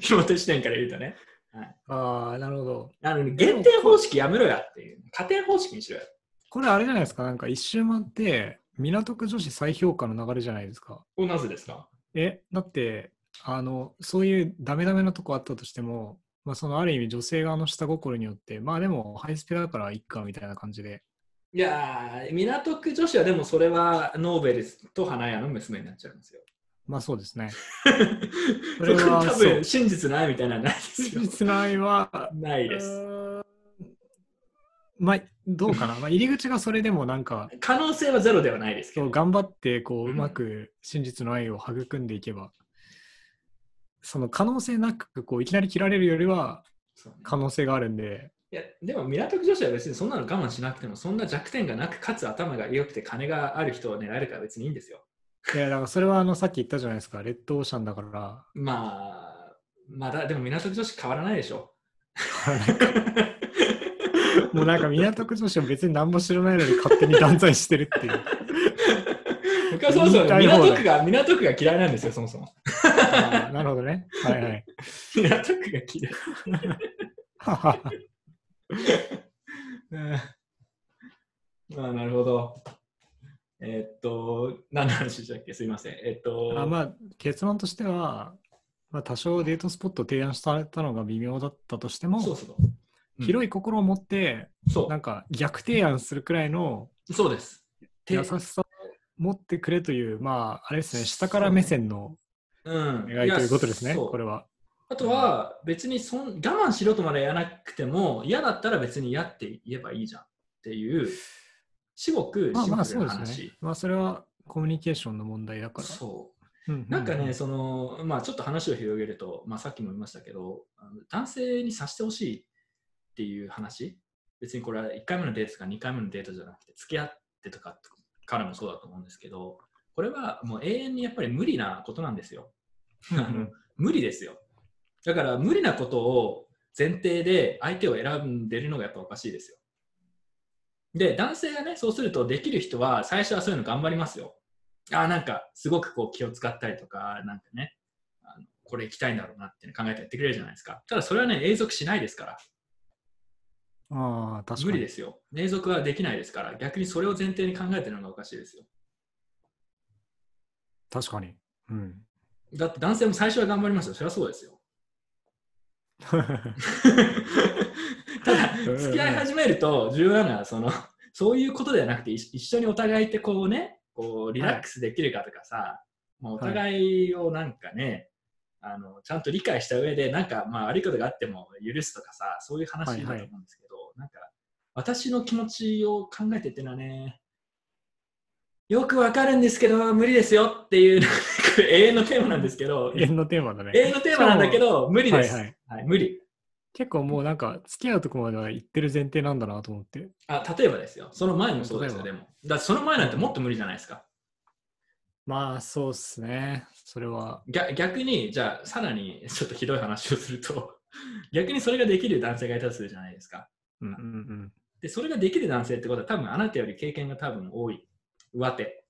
Speaker 1: 表手視点から言うとね。
Speaker 2: ああ、なるほど。
Speaker 1: なのに限定方式やめろやっていう。加点方式にしろや。
Speaker 2: これあれじゃないですか、なんか一周回って、港区女子再評価の流れじゃないですか。
Speaker 1: おなぜですか
Speaker 2: え、だって、あの、そういうダメダメなとこあったとしても、まあ、そのある意味女性側の下心によって、まあでもハイスペだからいっかみたいな感じで。
Speaker 1: いやー、港区女子はでもそれはノーベルと花屋の娘になっちゃうんですよ。
Speaker 2: まあそうで すね。
Speaker 1: そ
Speaker 2: そ
Speaker 1: れ
Speaker 2: れ
Speaker 1: は
Speaker 2: は
Speaker 1: 多
Speaker 2: そ
Speaker 1: 分
Speaker 2: う
Speaker 1: 真実ないみたいなのはないですよ。
Speaker 2: 実内は、
Speaker 1: ないです。
Speaker 2: まあどう かな、まあ、入り口がそれでもなんか、
Speaker 1: 可能性はゼロではないですけ
Speaker 2: そ
Speaker 1: ど
Speaker 2: う。頑張ってこ
Speaker 1: うん
Speaker 2: ううまく真実の愛を育んでいけば、その可能性なくこういきなり切られるよりは
Speaker 1: そうね
Speaker 2: 可能性があるんで、
Speaker 1: いやでも港区女子は別にそんなの我慢しなくてもそんな弱点がなくかつ頭が良くて金がある人を狙えるから別にいいんですよ。
Speaker 2: いやだからそれはあのさっき言ったじゃないですか、レッドオーシャンだから、
Speaker 1: まあまだでも港区女子変わらないでしょ。
Speaker 2: もうなんか港区女子は別に何も知らないのに勝手に断罪してるっていう。
Speaker 1: 僕はそもそも
Speaker 2: 言いたい放題
Speaker 1: 港区が港区が嫌いなんですよそもそも。
Speaker 2: あーなるほどね。は いはい。
Speaker 1: 港区が嫌い。
Speaker 2: ははは
Speaker 1: うんああなるほど。えっと、何の話でしたっけすいません。えっと、
Speaker 2: あまあ結論としては、まあ、多少デートスポットを提案されたのが微妙だったとしても、
Speaker 1: そうそう。うん
Speaker 2: 広い心を持って、
Speaker 1: そ
Speaker 2: なんか逆提案するくらいの
Speaker 1: う、そうです。て
Speaker 2: 優しさを持ってくれという、まあ、あれですね、下から目線の
Speaker 1: うん、
Speaker 2: 願いということですね、
Speaker 1: やそう
Speaker 2: これは。
Speaker 1: あとは別にそん我慢しろとまでやらなくても嫌だったら別に嫌って言えばいいじゃんっていう至極
Speaker 2: まあ
Speaker 1: シン
Speaker 2: ま
Speaker 1: プ
Speaker 2: あ、そ
Speaker 1: ル
Speaker 2: う
Speaker 1: な
Speaker 2: ですね
Speaker 1: 話。。
Speaker 2: まあ、それはコミュニケーションの問題だから。
Speaker 1: そう
Speaker 2: うんうんうん
Speaker 1: なんかね、そのまあ、ちょっと話を広げると、まあ、さっきも言いましたけど、あの男性にさしてほしいっていう話、別にこれは1回目のデートとか2回目のデートじゃなくて、付き合ってとかからもそうだと思うんですけど、これはもう永遠にやっぱり無理なことなんです よ。
Speaker 2: うんう
Speaker 1: あの
Speaker 2: ん
Speaker 1: 無理ですよ。だから無理なことを前提で相手を選んでるのがやっぱおかしいですよ。で、男性がね、そうするとできる人は最初はそういうの頑張りますよ。ああ、なんかすごくこう気を使ったりとか、なんかね、あのこれ行きたいんだろうなっていうの考えてやってくれるじゃないですか。ただそれはね、永続しないですから。
Speaker 2: ああ、確か
Speaker 1: 無
Speaker 2: に。
Speaker 1: 理ですよ。永続はできないですから、逆にそれを前提に考えてるのがおかしいですよ。
Speaker 2: 確かに。 うん。
Speaker 1: だって男性も最初は頑張りますよ。そりゃそうですよ。 ただ付き合い始めると重要なのはそのそういうことではなくてい一緒にお互いってこうねこうリラックスできるかとかさ、まあ、お互いをなんかね、あのちゃんと理解した上でなんかまあ悪いことがあっても許すとかさそういう話だと思うんですけど、なんか私の気持ちを考えてっていうのはねよくわかるんですけど無理ですよっていうなんか永遠のテーマなんですけど
Speaker 2: 永遠のテーマだね。
Speaker 1: 永遠のテーマなんだけ
Speaker 2: しか
Speaker 1: ど無理
Speaker 2: も、
Speaker 1: で
Speaker 2: はい
Speaker 1: す、
Speaker 2: はい。
Speaker 1: はい、無理
Speaker 2: 結構もうなんか、付き合うとこまでは行ってる前提なんだなと思って。
Speaker 1: あ例えばですよ、その前もそうですよ、
Speaker 2: 例
Speaker 1: で
Speaker 2: え
Speaker 1: も。だってその前なんてもっと無理じゃないですか。
Speaker 2: まあ、そうっすね。それは。
Speaker 1: 逆逆に、じゃあ、さらにちょっとひどい話をすると、 逆にそれができる男性がいたとするじゃないですか。
Speaker 2: うんうんうん。
Speaker 1: で、それができる男性ってことは、多分あなたより経験が多分多い、上手。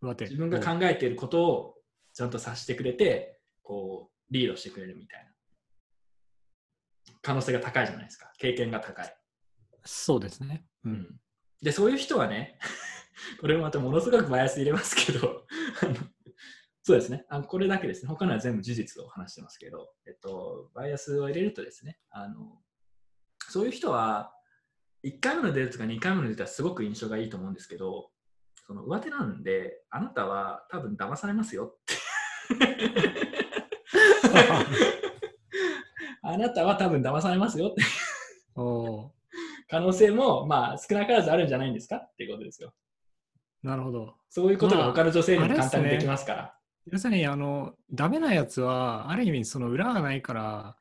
Speaker 2: 待て。
Speaker 1: 自分が考えていることをちゃんと察してくれて、こう、リードしてくれるみたいな。可能性が高いじゃないですか。経験が高い。
Speaker 2: そうですね。う。
Speaker 1: うん んで、そういう人はね、 これもまたものすごくバイアス入れますけど、 あのそうですねあの、これだけですね、他のは全部事実を話してますけど、えっと、バイアスを入れるとですね、あのそういう人は、1回目のデートとか2回目のデートはすごく印象がいいと思うんですけど、その上手なんで、あなたは多分騙されますよって。あなたは多分騙されますよって
Speaker 2: お お
Speaker 1: 可能性も、まあ、少なからずあるんじゃないんですかっていうことですよ。
Speaker 2: ーなるほど。
Speaker 1: そういうことが他の女性にも
Speaker 2: まああれ
Speaker 1: 簡
Speaker 2: っすね
Speaker 1: 単にできますから。
Speaker 2: 要するに、あの、ダメなやつは、ある意味、その裏がないから、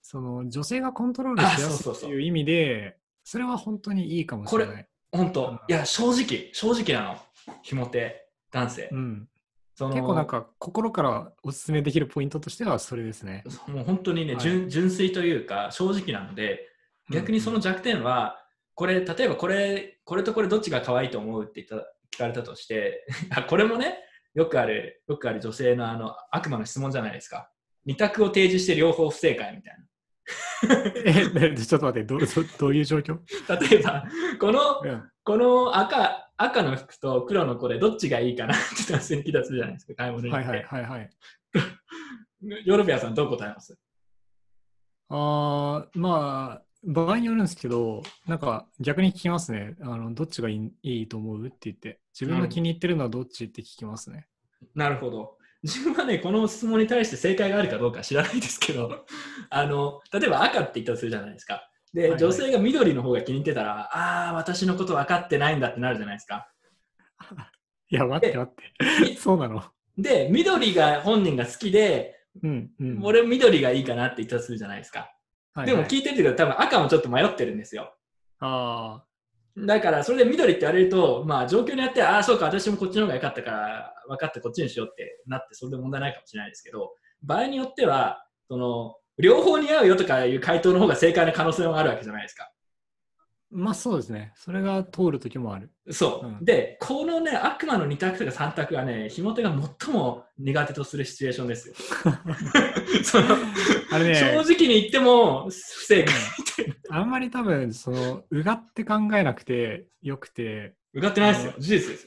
Speaker 2: その女性がコントロールしや
Speaker 1: あそうそ
Speaker 2: すいうって
Speaker 1: そう
Speaker 2: いう意味で、それは本当にいいかもしれない。
Speaker 1: 本当。いや、正直、正直なの。ひもて、男性。
Speaker 2: うん、
Speaker 1: その
Speaker 2: 結構なんか心からおすすめできるポイントとしてはそれですね。
Speaker 1: もう本当にね、
Speaker 2: はい
Speaker 1: 純純粋というか、正直なので、逆にその弱点は、これ、 例えばこれ、これとこれどっちが可愛いと思うって言った聞かれたとして、あこれもね、よくある、よくある女性のあの、悪魔の質問じゃないですか。二択を提示して両方不正解みたいな。
Speaker 2: え、なちょっと待って、どうどどういう状況、
Speaker 1: 例えば、この、
Speaker 2: うん、
Speaker 1: この赤、赤の服と黒の子でどっちがいいかなって男性に聞いたりするじゃないですか、買い物に行
Speaker 2: は
Speaker 1: っ
Speaker 2: い
Speaker 1: て。
Speaker 2: はいはいはい。
Speaker 1: ヨルビアさんどう答えます
Speaker 2: あーまあ、場合によるんですけど、なんか逆に聞きますね。あのどっちがいいいいと思うって言って、自分が気に入ってるのはどっちって聞きますね。
Speaker 1: なるほど。自分はね、この質問に対して正解があるかどうか知らないですけど、 あの、例えば赤って言ったとするじゃないですか。で、
Speaker 2: はいはい
Speaker 1: 女性が緑の方が気に入ってたら、ああ、私のこと分かってないんだってなるじゃないですか。
Speaker 2: いや、待って
Speaker 1: え
Speaker 2: 待って。そうなの。
Speaker 1: で、緑が本人が好きで、
Speaker 2: うんうん。
Speaker 1: 俺緑がいいかなって言ったとするじゃないですか。
Speaker 2: はいはい、
Speaker 1: でも聞いてるけど、多分赤もちょっと迷ってるんですよ。
Speaker 2: あ
Speaker 1: だから、それで緑って言われると、まあ、状況によっては、ああ、そうか、私もこっちの方が良かったから、分かった、こっちにしようってなって、それで問題ないかもしれないですけど、場合によっては、その、両方似合うよとかいう回答の方が正解の可能性もあるわけじゃないですか。
Speaker 2: ーまあそうですね。それが通る時もある。
Speaker 1: そう。
Speaker 2: うん
Speaker 1: で、このね、悪魔の2択とか3択はね、紐手が最も苦手とするシチュエーションです よ。その
Speaker 2: あれ
Speaker 1: 正
Speaker 2: ね、
Speaker 1: 直に言っても、不正解。
Speaker 2: あんまり多分、その、うがって考えなくてよくて、
Speaker 1: うがってないですよ。事実で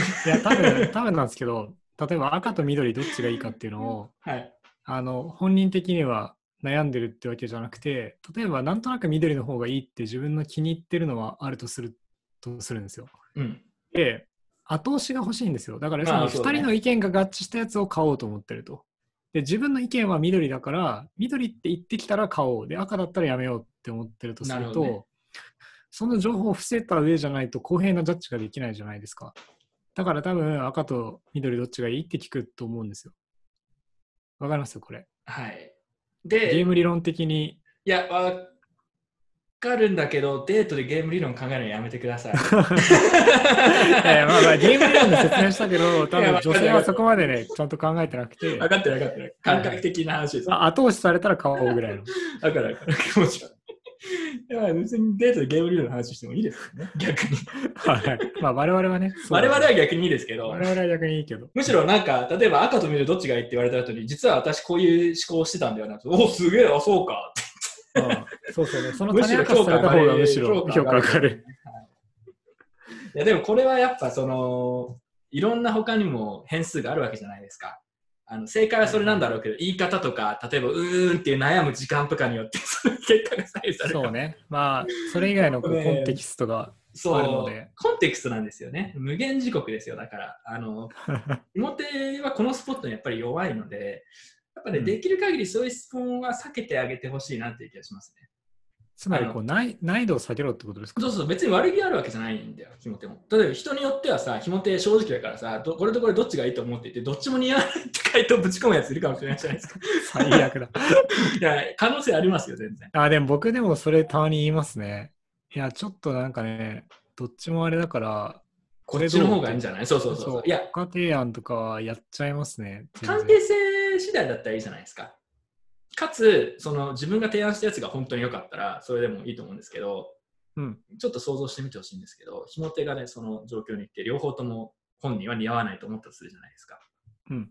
Speaker 1: す。
Speaker 2: いや、多 分、多分なんですけど、例えば赤と緑どっちがいいかっていうのを、
Speaker 1: はい。
Speaker 2: あの、本人的には悩んでるってわけじゃなくて、例えばなんとなく緑の方がいいって自分の気に入ってるのはあるとする、とするんですよ。
Speaker 1: うん。
Speaker 2: で、後押しが欲しいんですよ。だから、
Speaker 1: まあそうだ
Speaker 2: 2
Speaker 1: ね
Speaker 2: 人の意見が合致したやつを買おうと思ってると。で、自分の意見は緑だから、緑って言ってきたら買おう。で、赤だったらやめようって思ってるとす
Speaker 1: な
Speaker 2: る
Speaker 1: る
Speaker 2: と、
Speaker 1: ほどね
Speaker 2: その情報を伏せた上じゃないと公平なジャッジができないじゃないですか。だから多分赤と緑どっちがいいって聞くと思うんですよ。わかりますこれ。
Speaker 1: はい。
Speaker 2: ゲ
Speaker 1: で、
Speaker 2: ーム理論的に。
Speaker 1: いや、わかるんだけど、デートでゲーム理論考えるのやめてく ださい。
Speaker 2: えーまあまあゲーム理論で説明したけど、多
Speaker 1: いや
Speaker 2: 分
Speaker 1: わかる
Speaker 2: 女性はそこまでね、ちゃんと考えてなくて
Speaker 1: 分、かってる分かってる。感覚的な話です。分か
Speaker 2: あ後押しされたら買おうぐらいの。
Speaker 1: る分かる。気 持ちは。いや、別にデートでゲーム理論の話してもいいですよ ね。逆に。
Speaker 2: はい。 まあ我々はね。そう
Speaker 1: 我々は逆にいいですけど、
Speaker 2: 我々は逆にいいけど。
Speaker 1: むしろなんか、例えば赤と緑どっちがいいって言われた後に、実は私こういう思考をしてたんだよなと。お、すげえ、あ、そうか。
Speaker 2: ああそうそうね。そ の
Speaker 1: むし
Speaker 2: 種
Speaker 1: ろ
Speaker 2: 明かしされた方がむしろ
Speaker 1: 評
Speaker 2: 評
Speaker 1: 価が
Speaker 2: 価
Speaker 1: 上がる
Speaker 2: 上がる。
Speaker 1: いや、でもこれはやっぱその、いろんな他にも変数があるわけじゃないですか。あの正解はそれなんだろうけど、言い方とか、例えば、うーんっていう悩む時間とかによって、 その結果が左右される
Speaker 2: そうね。まあ、それ以外のこう
Speaker 1: ね
Speaker 2: コンテキストが。
Speaker 1: そう
Speaker 2: あるので
Speaker 1: コンテクストなんですよね。無限時刻ですよ。だから、あ の、表はこのスポットにやっぱり弱いので、やっぱね、
Speaker 2: うん
Speaker 1: できる限りそういう質問は避けてあげてほしいなっていう気がしますね。
Speaker 2: つまりこう難易、難易度を下げろってことですか
Speaker 1: そうそう、別に悪気があるわけじゃないんだよ、ひもても。例えば人によってはさ、ひもて正直だからさ、どこれとこれどっちがいいと思って言って、どっちも似合わないって回答ぶち込むやついるかもしれないじゃないですか。
Speaker 2: 最悪だ。
Speaker 1: いや、可能性ありますよ、全然。
Speaker 2: あ、でも僕でもそれたまに言いますね。いや、ちょっとなんかね、どっちもあれだから、
Speaker 1: こ
Speaker 2: こ
Speaker 1: っ
Speaker 2: れ
Speaker 1: ち
Speaker 2: どう
Speaker 1: の方がいいんじゃないそうそうそうそう。いや、
Speaker 2: 家庭案とかはやっちゃいますね。全然
Speaker 1: 関係性次第だったらいいじゃないですか。かつ、その自分が提案したやつが本当に良かったら、それでもいいと思うんですけど、
Speaker 2: うん。
Speaker 1: ちょっと想像してみてほしいんですけど、ひも手がね、その状況に行って、両方とも本人は似合わないと思ったとするじゃないですか。
Speaker 2: うん。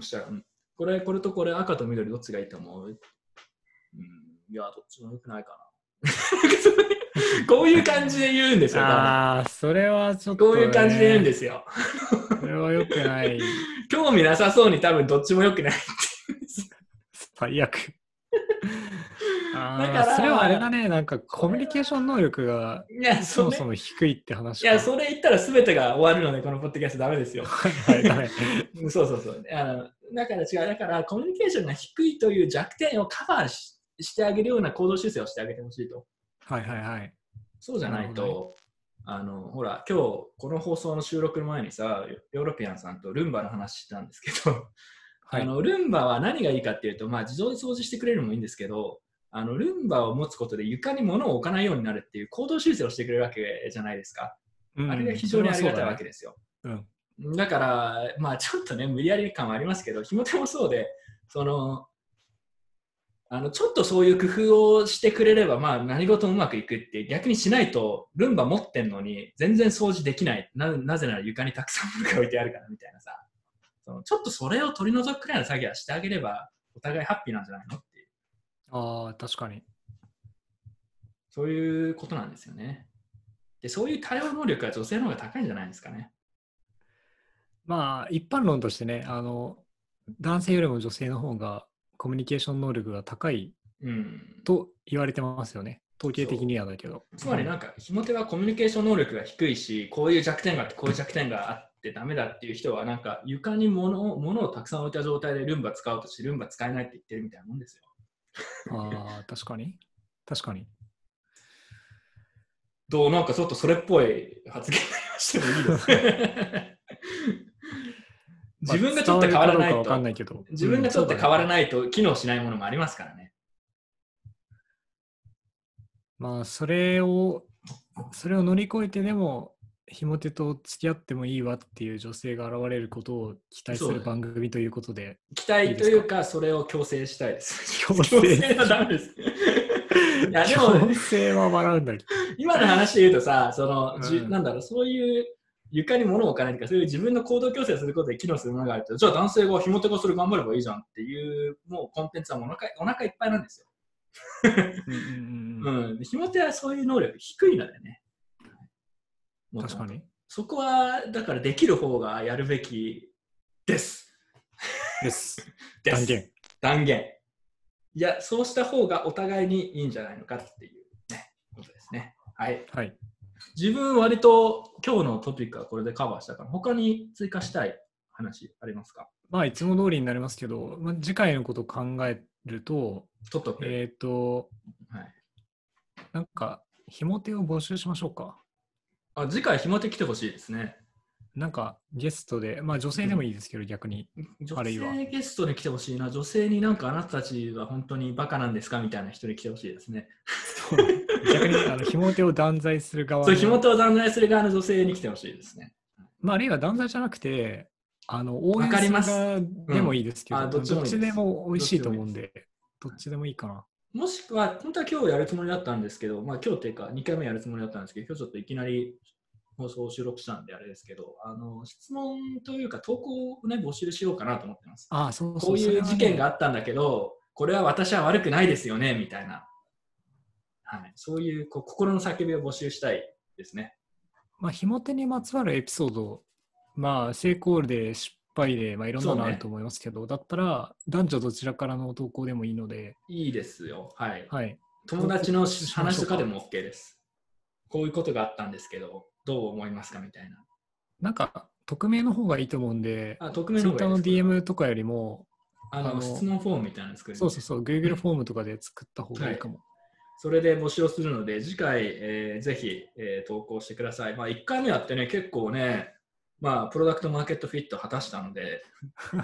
Speaker 1: そしたら、うんこれ、これとこれ、赤と緑、どっちがいいと思ううん、いや、どっちも良くないかな。 こういう感じで言うんですよ。
Speaker 2: ああ、それはちょっと、。
Speaker 1: こういう感じで言うんですすよ。
Speaker 2: それは良くない。
Speaker 1: 興味なさそうに多分どっちも良くない。
Speaker 2: 最悪。あー
Speaker 1: だから
Speaker 2: それはあれだね、なんかコミュニケーション能力が
Speaker 1: いや、
Speaker 2: そ
Speaker 1: そ
Speaker 2: も
Speaker 1: れ
Speaker 2: そも低いって話
Speaker 1: いや、それ言ったら全てが終わるので、このポッドキャストダメですよ。
Speaker 2: はいはい
Speaker 1: うんそうそうそう。あのだから違う、だからコミュニケーションが低いという弱点をカバーししてあげるような行動修正をしてあげてほしいと。
Speaker 2: はいはいはい。
Speaker 1: そうじゃない
Speaker 2: なる
Speaker 1: と、あのほら、今日この放送の収録の前にさ、ヨヨーロピアンさんとルンバの話したんですけど、
Speaker 2: はい
Speaker 1: あのルンバは何がいいかっていうと、まあ、自動で掃除してくれるのもいいんですけど、あのルンバを持つことで床に物を置かないようになるっていう行動修正をしてくれるわけじゃないですか。
Speaker 2: う ん
Speaker 1: あれが非常にありがたいわけですよ。
Speaker 2: それはそうだね
Speaker 1: だから、まあちょっとね、無理やり感はありますけど、ひも手もそうで、その、あの、ちょっとそういう工夫をしてくれれば、まあ何事もうまくいくって、逆にしないと、ルンバ持ってんのに、全然掃除できない。ななぜなら床にたくさん物が置いてあるからみたいなさ。そのちょっとそれを取り除くくらいの作業はしてあげれば、お互いハッピーなんじゃないのっていう、
Speaker 2: ああ、確かに。
Speaker 1: そういうことなんですよね。で、そういう対応能力は女性の方が高いんじゃないですかね。
Speaker 2: まあ、一般論としてね、あの、男性よりも女性の方がコミュニケーション能力が高い
Speaker 1: うん。
Speaker 2: と言われてますよね。統計的にはだけど。
Speaker 1: つまりなんか、ひも手はコミュニケーション能力が低いし、こういう弱点があって、こういう弱点があってダメだっていう人は、なんか床に物を物をたくさん置いた状態でルンバ使おうとして、ルンバ使えないって言ってるみたいなもんですよ。
Speaker 2: ああ、確かに。確かに。
Speaker 1: どうなんかちょっとそれっぽい発言になりましてもいいです ね自分がちょっと変わらない
Speaker 2: まあ伝わるかどうかわかん
Speaker 1: と、
Speaker 2: ないけど。
Speaker 1: 自分がちょっと変わら
Speaker 2: い。
Speaker 1: ないと機能しないものもありますからね。
Speaker 2: まあ、それを、それを乗り越えてでも、ひも手と付き合ってもいいわっていう女性が現れることを期待す
Speaker 1: そう
Speaker 2: る
Speaker 1: だ
Speaker 2: 番組ということで。
Speaker 1: 期待というか、それを強制したいです。
Speaker 2: 強制
Speaker 1: はダメです。いや、でも、
Speaker 2: 女性は笑うんだけ
Speaker 1: 今の話で言うとさ、その、じ
Speaker 2: うん
Speaker 1: なんだろう、そういう床に物を置かないとか、そういう自分の行動強制をすることで機能するものがあると、じゃあ男性が紐手こそれ頑張ればいいじゃんっていう、もうコンテンツはもうお腹お腹いっぱいなんですよ。
Speaker 2: ど。うんうんうんうん
Speaker 1: うん、紐手はそういう能力低いのでね。もともと
Speaker 2: 確か。に。
Speaker 1: そこは、だからできる方がやるべきです。
Speaker 2: です。
Speaker 1: です
Speaker 2: 断言。
Speaker 1: 断言。いや、そうした方がお互いにいいんじゃないのかっていう、ね、ことですね。はい。
Speaker 2: はい。
Speaker 1: 自分割と今日のトピックはこれでカバーしたから、他に追加したい話ありますか
Speaker 2: まあ、いつも通りになりますけど、まあ、次回のことを考えると、
Speaker 1: トトペ。
Speaker 2: えっ、と、
Speaker 1: はい、
Speaker 2: なんか、ひも手を募集しましょうか。
Speaker 1: あ次回、ひもて来てほしいですね。
Speaker 2: なんか、ゲストで、まあ、女性でもいいですけど、逆に。あ
Speaker 1: 女
Speaker 2: るいは
Speaker 1: 性ゲストに来てほしいな。女性になんかあなたたちは本当にバカなんですかみたいな人に来てほしいですね。
Speaker 2: 逆に、あの、ひも手を断罪する側
Speaker 1: そう、
Speaker 2: の
Speaker 1: ひもてを断罪する側の女性に来てほしいですね。
Speaker 2: まあ、あるいは断罪じゃなくて、あの、応
Speaker 1: わ
Speaker 2: 援
Speaker 1: かり
Speaker 2: する
Speaker 1: ます
Speaker 2: 側でもいいですけど、
Speaker 1: うんあどっちでもいいです
Speaker 2: でも美味しいと思うんで、どっちでもいいかな。
Speaker 1: もしくは、本当は今日やるつもりだったんですけど、まあ今日っていうか2回目やるつもりだったんですけど、今日ちょっといきなり放送を収録したんであれですけど、あの質問というか投稿をね、募集しようかなと思ってます。
Speaker 2: ああ、そうそう
Speaker 1: こういう事件があ
Speaker 2: あ
Speaker 1: ったんだけど、これは私は悪くないですよね、みたいな。はい、そういうこう心の叫びを募集したいですね。
Speaker 2: まあ、ひも手にまつわるエピソード、まあ、成功で失敗で、まあ、いろんなのあると思いますけど、だったら、男女どちらからの投稿でもいいので、
Speaker 1: いいですよ。はい。
Speaker 2: はい。
Speaker 1: 友達の話とかでも OK です。こういうことがあったんですけど、どう思いますかみたいな。
Speaker 2: なんか、匿名の方がいいと思うんで、
Speaker 1: あ、匿名の方がい
Speaker 2: Twitter
Speaker 1: い
Speaker 2: の
Speaker 1: ですか
Speaker 2: DM とかよりも、
Speaker 1: あの
Speaker 2: あの
Speaker 1: 質問フォームみたいなの作るんで
Speaker 2: そうそうそう、Google フォームとかで作った方がいいかも。
Speaker 1: それで募集をするので、次回、えーぜひ、えー投稿してください。まあ、1回目やってね、結構ね、まあ、プロダクトマーケットフィット果たしたの で、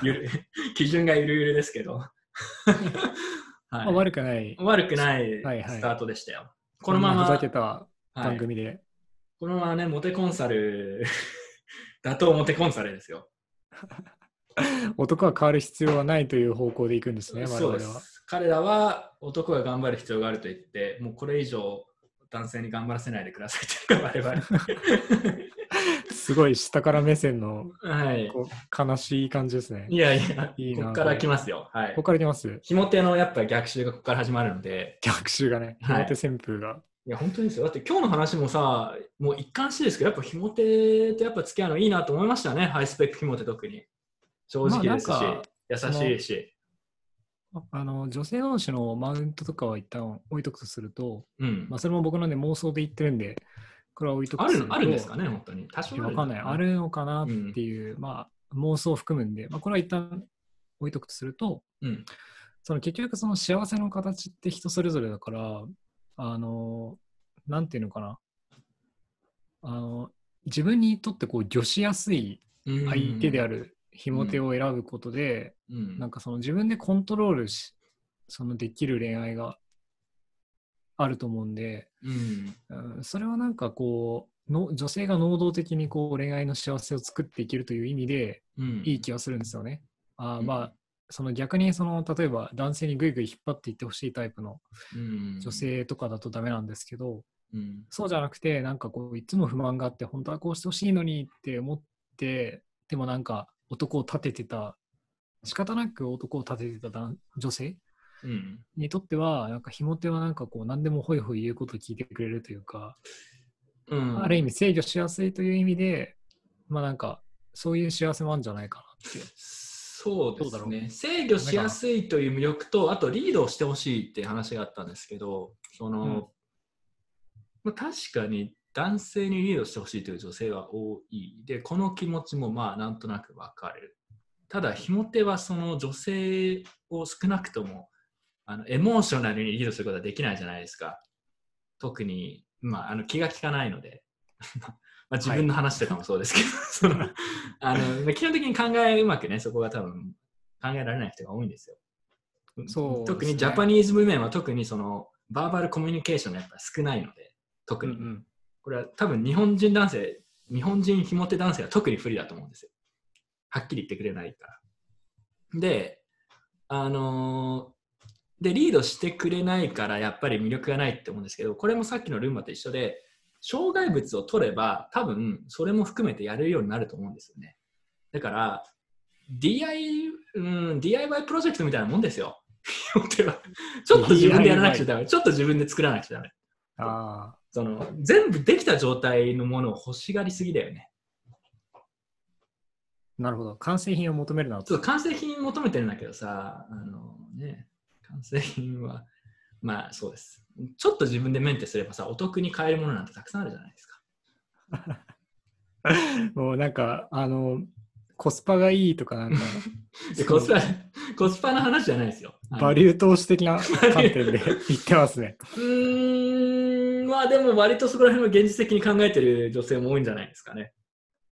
Speaker 1: ゆる基準がゆるゆるですけど、 はい
Speaker 2: まあ、悪くない、
Speaker 1: 悪くない
Speaker 2: はいはい
Speaker 1: スタートでしたよ。このま
Speaker 2: こんな
Speaker 1: ま、
Speaker 2: ふざけた
Speaker 1: は
Speaker 2: 番
Speaker 1: い
Speaker 2: 組で、
Speaker 1: このままね、モテコンサル、 打倒モテコンサルですよ。
Speaker 2: 男は変わる必要はないという方向でいくんですね、我
Speaker 1: そうで
Speaker 2: 々は。
Speaker 1: す。彼らは男が頑張る必要があると言って、もうこれ以上男性に頑張らせないでくださいというか、我
Speaker 2: すごい下から目線の
Speaker 1: 々。はい。
Speaker 2: こう悲しい感じですね
Speaker 1: い。やいや、
Speaker 2: いいな
Speaker 1: こっから来ますよ。はい
Speaker 2: ここ。からいきます
Speaker 1: ひも手のやっぱ逆襲がここから始まるので、
Speaker 2: 逆襲がね、
Speaker 1: はい
Speaker 2: 表旋風が。
Speaker 1: いや、本当ですよ。だって今日の話もさ、もう一貫してですけど、やっぱひも手とやっぱ付き合うのいいなと思いましたね、ハイスペックひも手特に。正直ですし、
Speaker 2: まあなんか
Speaker 1: 優しいし。
Speaker 2: あの女性同士のマウントとかは一旦置いとくとすると、
Speaker 1: うん
Speaker 2: まあ、それも僕なんで妄想で言ってるんで、これは置いとく
Speaker 1: あ
Speaker 2: とする
Speaker 1: る
Speaker 2: と
Speaker 1: あるんですかね、本当に。多
Speaker 2: いや
Speaker 1: 少
Speaker 2: わかんない。あ
Speaker 1: る
Speaker 2: るのかなっていう、まあ、妄想を含むんで、まあ、これは一旦置いとくとすると、
Speaker 1: のか
Speaker 2: その結局その幸せの形って人それぞれだから、あの、なんていうのかな。あの、自分にとってこう、魚しやすい
Speaker 1: な。うん。
Speaker 2: 相手であるひも手を選ぶことで、
Speaker 1: うん。
Speaker 2: なんかその自分でコントロールし、そのできる恋愛があると思うんで、
Speaker 1: うん。
Speaker 2: うんそれはなんかこうの女性が能動的にこう恋愛の幸せを作っていけるという意味で
Speaker 1: うん。
Speaker 2: いい気がするんですよね。あー
Speaker 1: うん
Speaker 2: まあその逆にその例えば男性にぐいぐい引っ張っていってほしいタイプの
Speaker 1: うん
Speaker 2: 女。性とかだとダメなんですけど、
Speaker 1: うん。
Speaker 2: そうじゃなくてなんかこういつも不満があって本当はこうしてほしいのにって思ってでもなんか男を立ててた仕方なく男を立ててた男女性
Speaker 1: うん。
Speaker 2: にとってはなんかひも手はなんかこう何でもホイホイ言うことを聞いてくれるというか、
Speaker 1: うん。
Speaker 2: ある意味制御しやすいという意味でまあなんかそういう幸せもあるんじゃないかなって
Speaker 1: そうで
Speaker 2: どうだ
Speaker 1: す
Speaker 2: ろ
Speaker 1: ね。制御しやすいという魅力と、あとリードをしてほしいって話があったんですけど、その、
Speaker 2: うん
Speaker 1: まあ、確かに男性にリードしてほしいという女性は多い。で、この気持ちもまあなんとなくわかる。ただ、ひも手はその女性を少なくともあのエモーショナルにリードすることはできないじゃないですか。特に、まあ、あの気が利かないので。 まあ自分の話とかもそうですけど、そのあのまあ基本的に考えうまくね、そこが多分考えられない人が多いんですよ。
Speaker 2: そうですね
Speaker 1: 特にジャパニーズ・ウィメンは特にそのバーバルコミュニケーションがやっぱ少ないので、特
Speaker 2: うん
Speaker 1: に。
Speaker 2: うん
Speaker 1: これは多分日本人男性、日本人ひも手男性は特に不利だと思うんですよ。はっきり言ってくれないから。で、あのーで、リードしてくれないからやっぱり魅力がないって思うんですけど、これもさっきのルンバと一緒で、障害物を取れば多分それも含めてやれるようになると思うんですよね。だから、DI、うん、DIY プロジェクトみたいなもんですよ。 ひも手はちょっと自分でやらなくちゃダメ。ちょっと自分で作らなくちゃダメ。
Speaker 2: ああ
Speaker 1: その全部できた状態のものを欲しがりすぎだよね。
Speaker 2: なるほど完成品を求めるな
Speaker 1: ちょっと完成品求めてるんだけどさ、あのね、完成品は、まあそうです。ちょっと自分でメンテすればさ、お得に買えるものなんてたくさんあるじゃないですか。
Speaker 2: もうなんかあのコスパがいいとかなんか
Speaker 1: でコスパ、コスパの話じゃないですよ。あの
Speaker 2: バリュー投資的な観点で言ってますね。
Speaker 1: うーん、まあでも割とそこら辺は現実的に考えてる女性も多いんじゃないですかね。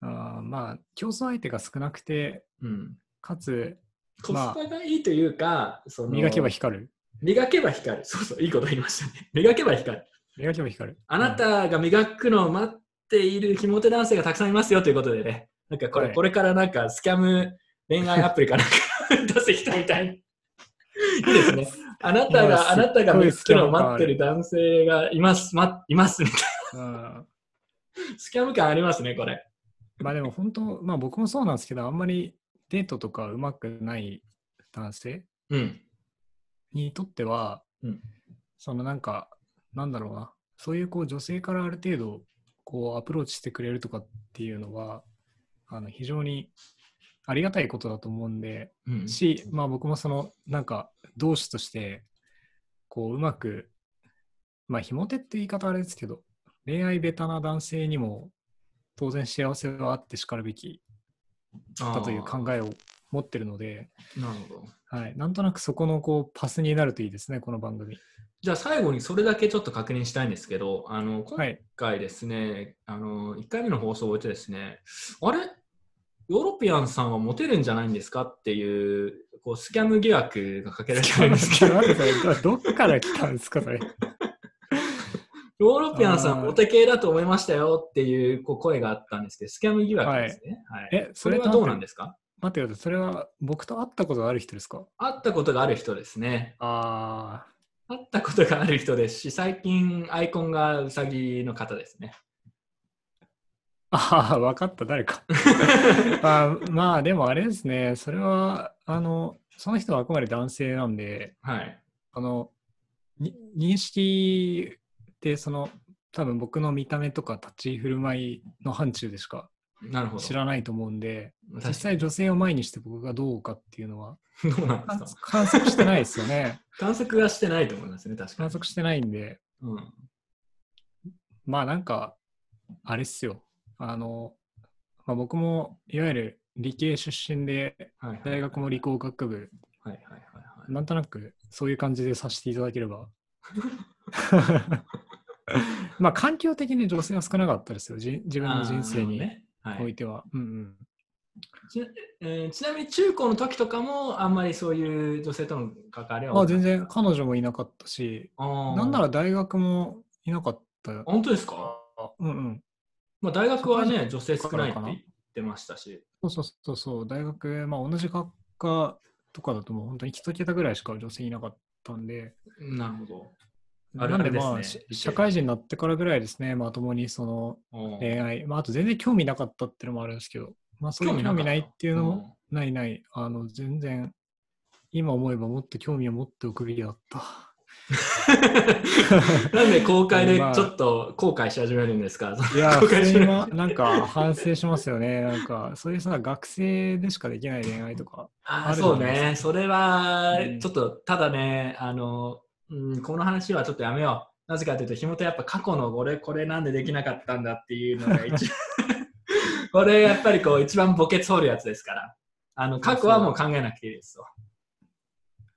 Speaker 2: あーまあ競争相手が少なくて
Speaker 1: うん。
Speaker 2: かつ
Speaker 1: コスパがいいというか、その
Speaker 2: 磨けば光る
Speaker 1: 磨けば光る。そうそう、いいこと言いましたね。磨けば光る。
Speaker 2: 磨けば光る
Speaker 1: あなたが磨くのを待っているひも手男性がたくさんいますよということでね、なんかこれ,、
Speaker 2: はい
Speaker 1: これからなんかスキャム恋愛アプリかなんか 出してきたみたい。いいです ね。あなた
Speaker 2: 今す
Speaker 1: が、
Speaker 2: っごい
Speaker 1: あなたが磨くのを待ってる男性がいます、ま、いますみたい
Speaker 2: うん
Speaker 1: な。スキャム感ありますね、これ。
Speaker 2: まあでも本当、まあ僕もそうなんですけど、あんまりデートとかうまくない男性
Speaker 1: うん。
Speaker 2: にとっては、
Speaker 1: うん
Speaker 2: そのなんか、なんだろうな、そういうこう女性からある程度こうアプローチしてくれるとかっていうのは、あの非常にありがたいことだと思うんで、
Speaker 1: うん
Speaker 2: し、まあ僕もそのなんか同志として、こううまく、まあひも手って言い方あれですけど、恋愛ベタな男性にも当然幸せはあってしかるべきだという考えを持ってるので、
Speaker 1: あーなるほど。
Speaker 2: はい、なんとなくそこのこうパスになるといいですね、この番組。
Speaker 1: じゃあ最後にそれだけちょっと確認したいんですけど、あの、今
Speaker 2: はい、
Speaker 1: 今回ですね、あの、1回目の放送を終えてですね、あれヨーロピアンさんはモテるんじゃないんですかっていう、こう、スキャム疑惑がかけられてるんですけど、
Speaker 2: 待ってくださいどどっから来たんですか、それ。
Speaker 1: ヨーロピアンさんモテ系だと思いましたよっていうこう声があったんですけど、スキャム疑惑ですね。はい。
Speaker 2: え、
Speaker 1: それはどうなんですか
Speaker 2: 待ってください、それは僕と会ったことがある人ですか
Speaker 1: 会ったことがある人ですね。
Speaker 2: ああ、
Speaker 1: 会ったことがある人ですし、最近アイコンがウサギの方ですね。
Speaker 2: ああ、分かった、誰か。あーまあ、でもあれですね、それは、あの、その人はあくまで男性なんで、
Speaker 1: はい。
Speaker 2: あの、に認識って、その、多分僕の見た目とか立ち振る舞いの範疇でしか
Speaker 1: なるほど。
Speaker 2: 知らないと思うんで、
Speaker 1: 確か
Speaker 2: 実際女性を前にして僕がどうかっていうのは、
Speaker 1: にどうなん
Speaker 2: 観
Speaker 1: ですか
Speaker 2: 測観測してないですよね。
Speaker 1: 観測がしてないと思いますね、確か
Speaker 2: 観
Speaker 1: に。
Speaker 2: 測してないんで、
Speaker 1: うん
Speaker 2: まあなんか、あれっすよ。あの、まあ、僕もいわゆる理系出身で、
Speaker 1: はいはい
Speaker 2: 大学も理工学部、
Speaker 1: はいはいはいはい。
Speaker 2: なんとなくそういう感じでさせていただけれ ば。まあ環境的に女性は少なかったですよ、じ自分の人
Speaker 1: あーな
Speaker 2: 生に
Speaker 1: るほどねは
Speaker 2: お
Speaker 1: い
Speaker 2: いては。うんうん
Speaker 1: ちなえーちなみに中高の時とかもあんまりそういう女性との関わりは
Speaker 2: まあ全然彼女もいなかったし、な
Speaker 1: なん
Speaker 2: なら大学もいなかった。うん
Speaker 1: 本当ですか、
Speaker 2: うん。
Speaker 1: まあ、大学は
Speaker 2: そ
Speaker 1: ね女性少ないって
Speaker 2: からかな
Speaker 1: 言ってましたし
Speaker 2: そうそうそうそう、大学、まあ同じ学科とかだともう本当に一桁ぐらいしか女性いなかったんで、
Speaker 1: なるほどある
Speaker 2: な
Speaker 1: あ
Speaker 2: んで
Speaker 1: るですね
Speaker 2: まあ、し社会人になってからぐらいですね、まともにその
Speaker 1: おー
Speaker 2: 恋愛、まああと全然興味なかったっていうのもあるんですけど、まあ、そういう
Speaker 1: 興
Speaker 2: 興
Speaker 1: 味なかった
Speaker 2: 味ないっていうのも、ないない。あの、全然、今思えばもっと興味を持っておくべきだった。
Speaker 1: なんで公開で
Speaker 2: まあ
Speaker 1: ちょっと後悔し始めるんですか、
Speaker 2: い や、
Speaker 1: 公
Speaker 2: そ
Speaker 1: 開し
Speaker 2: れ
Speaker 1: ない
Speaker 2: はなんか反省しますよね。なんか、そういうさ、学生でしかできない恋愛とか。
Speaker 1: あ
Speaker 2: あ
Speaker 1: あ、
Speaker 2: る
Speaker 1: そう
Speaker 2: じゃない
Speaker 1: ね
Speaker 2: で。すか
Speaker 1: それは
Speaker 2: う、ん
Speaker 1: ちょっと、ただね、あの、うん、この話はちょっとやめよう。なぜかというと、ひもとやっぱ過去の俺、これなんでできなかったんだっていうの が一番、 これやっぱりこう、一番ボケ通るやつですから。あの、過去はもう考えなくていいですよ。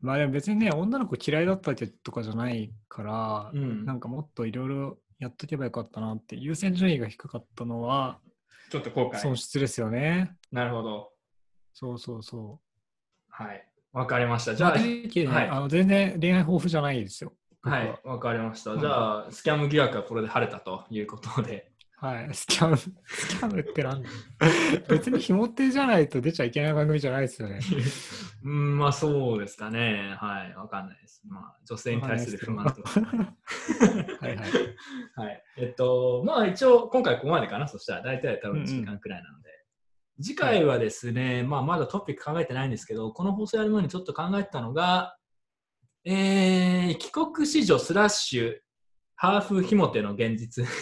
Speaker 2: まあでも別にね、女の子嫌いだったとかじゃないから、
Speaker 1: うん
Speaker 2: なんかもっといろいろやっとけばよかったなって、優先順位が低かったのは
Speaker 1: ちょっと後
Speaker 2: 損
Speaker 1: 悔。
Speaker 2: 失ですよね。
Speaker 1: なるほど。
Speaker 2: そうそうそ
Speaker 1: はい。わかりました。
Speaker 2: う。
Speaker 1: じゃ
Speaker 2: まあというわけでね
Speaker 1: はい
Speaker 2: あの全然恋愛豊富じゃないですよ。
Speaker 1: あ、
Speaker 2: 僕
Speaker 1: はい。わかりました。
Speaker 2: うん
Speaker 1: じゃあ、スキャム疑惑はこれで晴れたということで。
Speaker 2: はい、スキャン、スキャンってなんだ別にひも手じゃないと出ちゃいけない番組じゃないですよね。
Speaker 1: うん、まあそうですかね。はい。わかんないです。まあ、女性に対する不満とか。
Speaker 2: はいはい。
Speaker 1: はい。えっと、まあ一応、今回ここまでかな、そしたら大体多分1時間くらいなので。次回はですね、まあまだトピック考えてないんですけど、この放送やる前にちょっと考えてたのが、えー、帰国子女スラッシュ、ハーフひもての現実。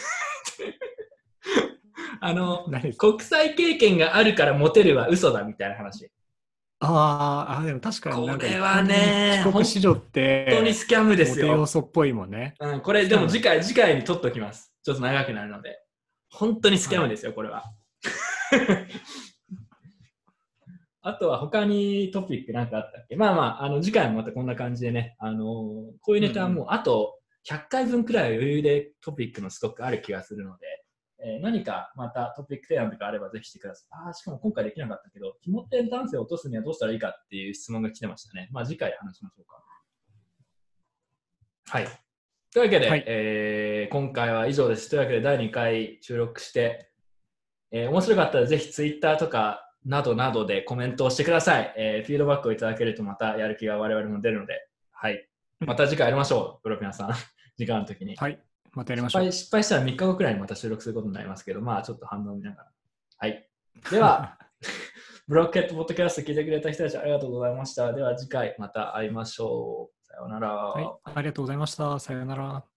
Speaker 1: あの、
Speaker 2: 何です
Speaker 1: 国際経験があるからモテるは嘘だみたいな話。
Speaker 2: あーあー、でも確かになんか
Speaker 1: これはね
Speaker 2: 帰国子女って、
Speaker 1: 本当にスキャムです
Speaker 2: モテ
Speaker 1: よ
Speaker 2: 要。素っぽいもんね。
Speaker 1: うん、これでも次回、次回に取っときます。ちょっと長くなるので。本当にスキャムですよ、これは。 あとは他にトピックなんかあったっけまあまあ、あの次回もまたこんな感じでね、あのーこういうネタはもうあと100回分くらいは余裕でトピックのストックある気がするので、えー何かまたトピック提案とかあればぜひしてください。ああ、しかも今回できなかったけど、気持ち男性を落とすにはどうしたらいいかっていう質問が来てましたね。まあ次回話しましょうか。はい。というわけで、
Speaker 2: はい
Speaker 1: えー今回は以上です。というわけで第2回収録して、えー面白かったらぜひ Twitter とかなどなどでコメントをしてください。えーフィードバックをいただけるとまたやる気が我々も出るので、はい。また次回やりましょう、プロピナさん。 時間の時に。
Speaker 2: はい。またやりまし
Speaker 1: 失
Speaker 2: ょう。
Speaker 1: 敗失敗したら3日後くらいにまた収録することになりますけど、まあちょっと反応を見ながら。はい。では、 ブロックヘッドポッドキャスト聞いてくれた人たちありがとうございました。では次回また会いましょう。さようなら。
Speaker 2: はい。ありがとうございました。さようなら。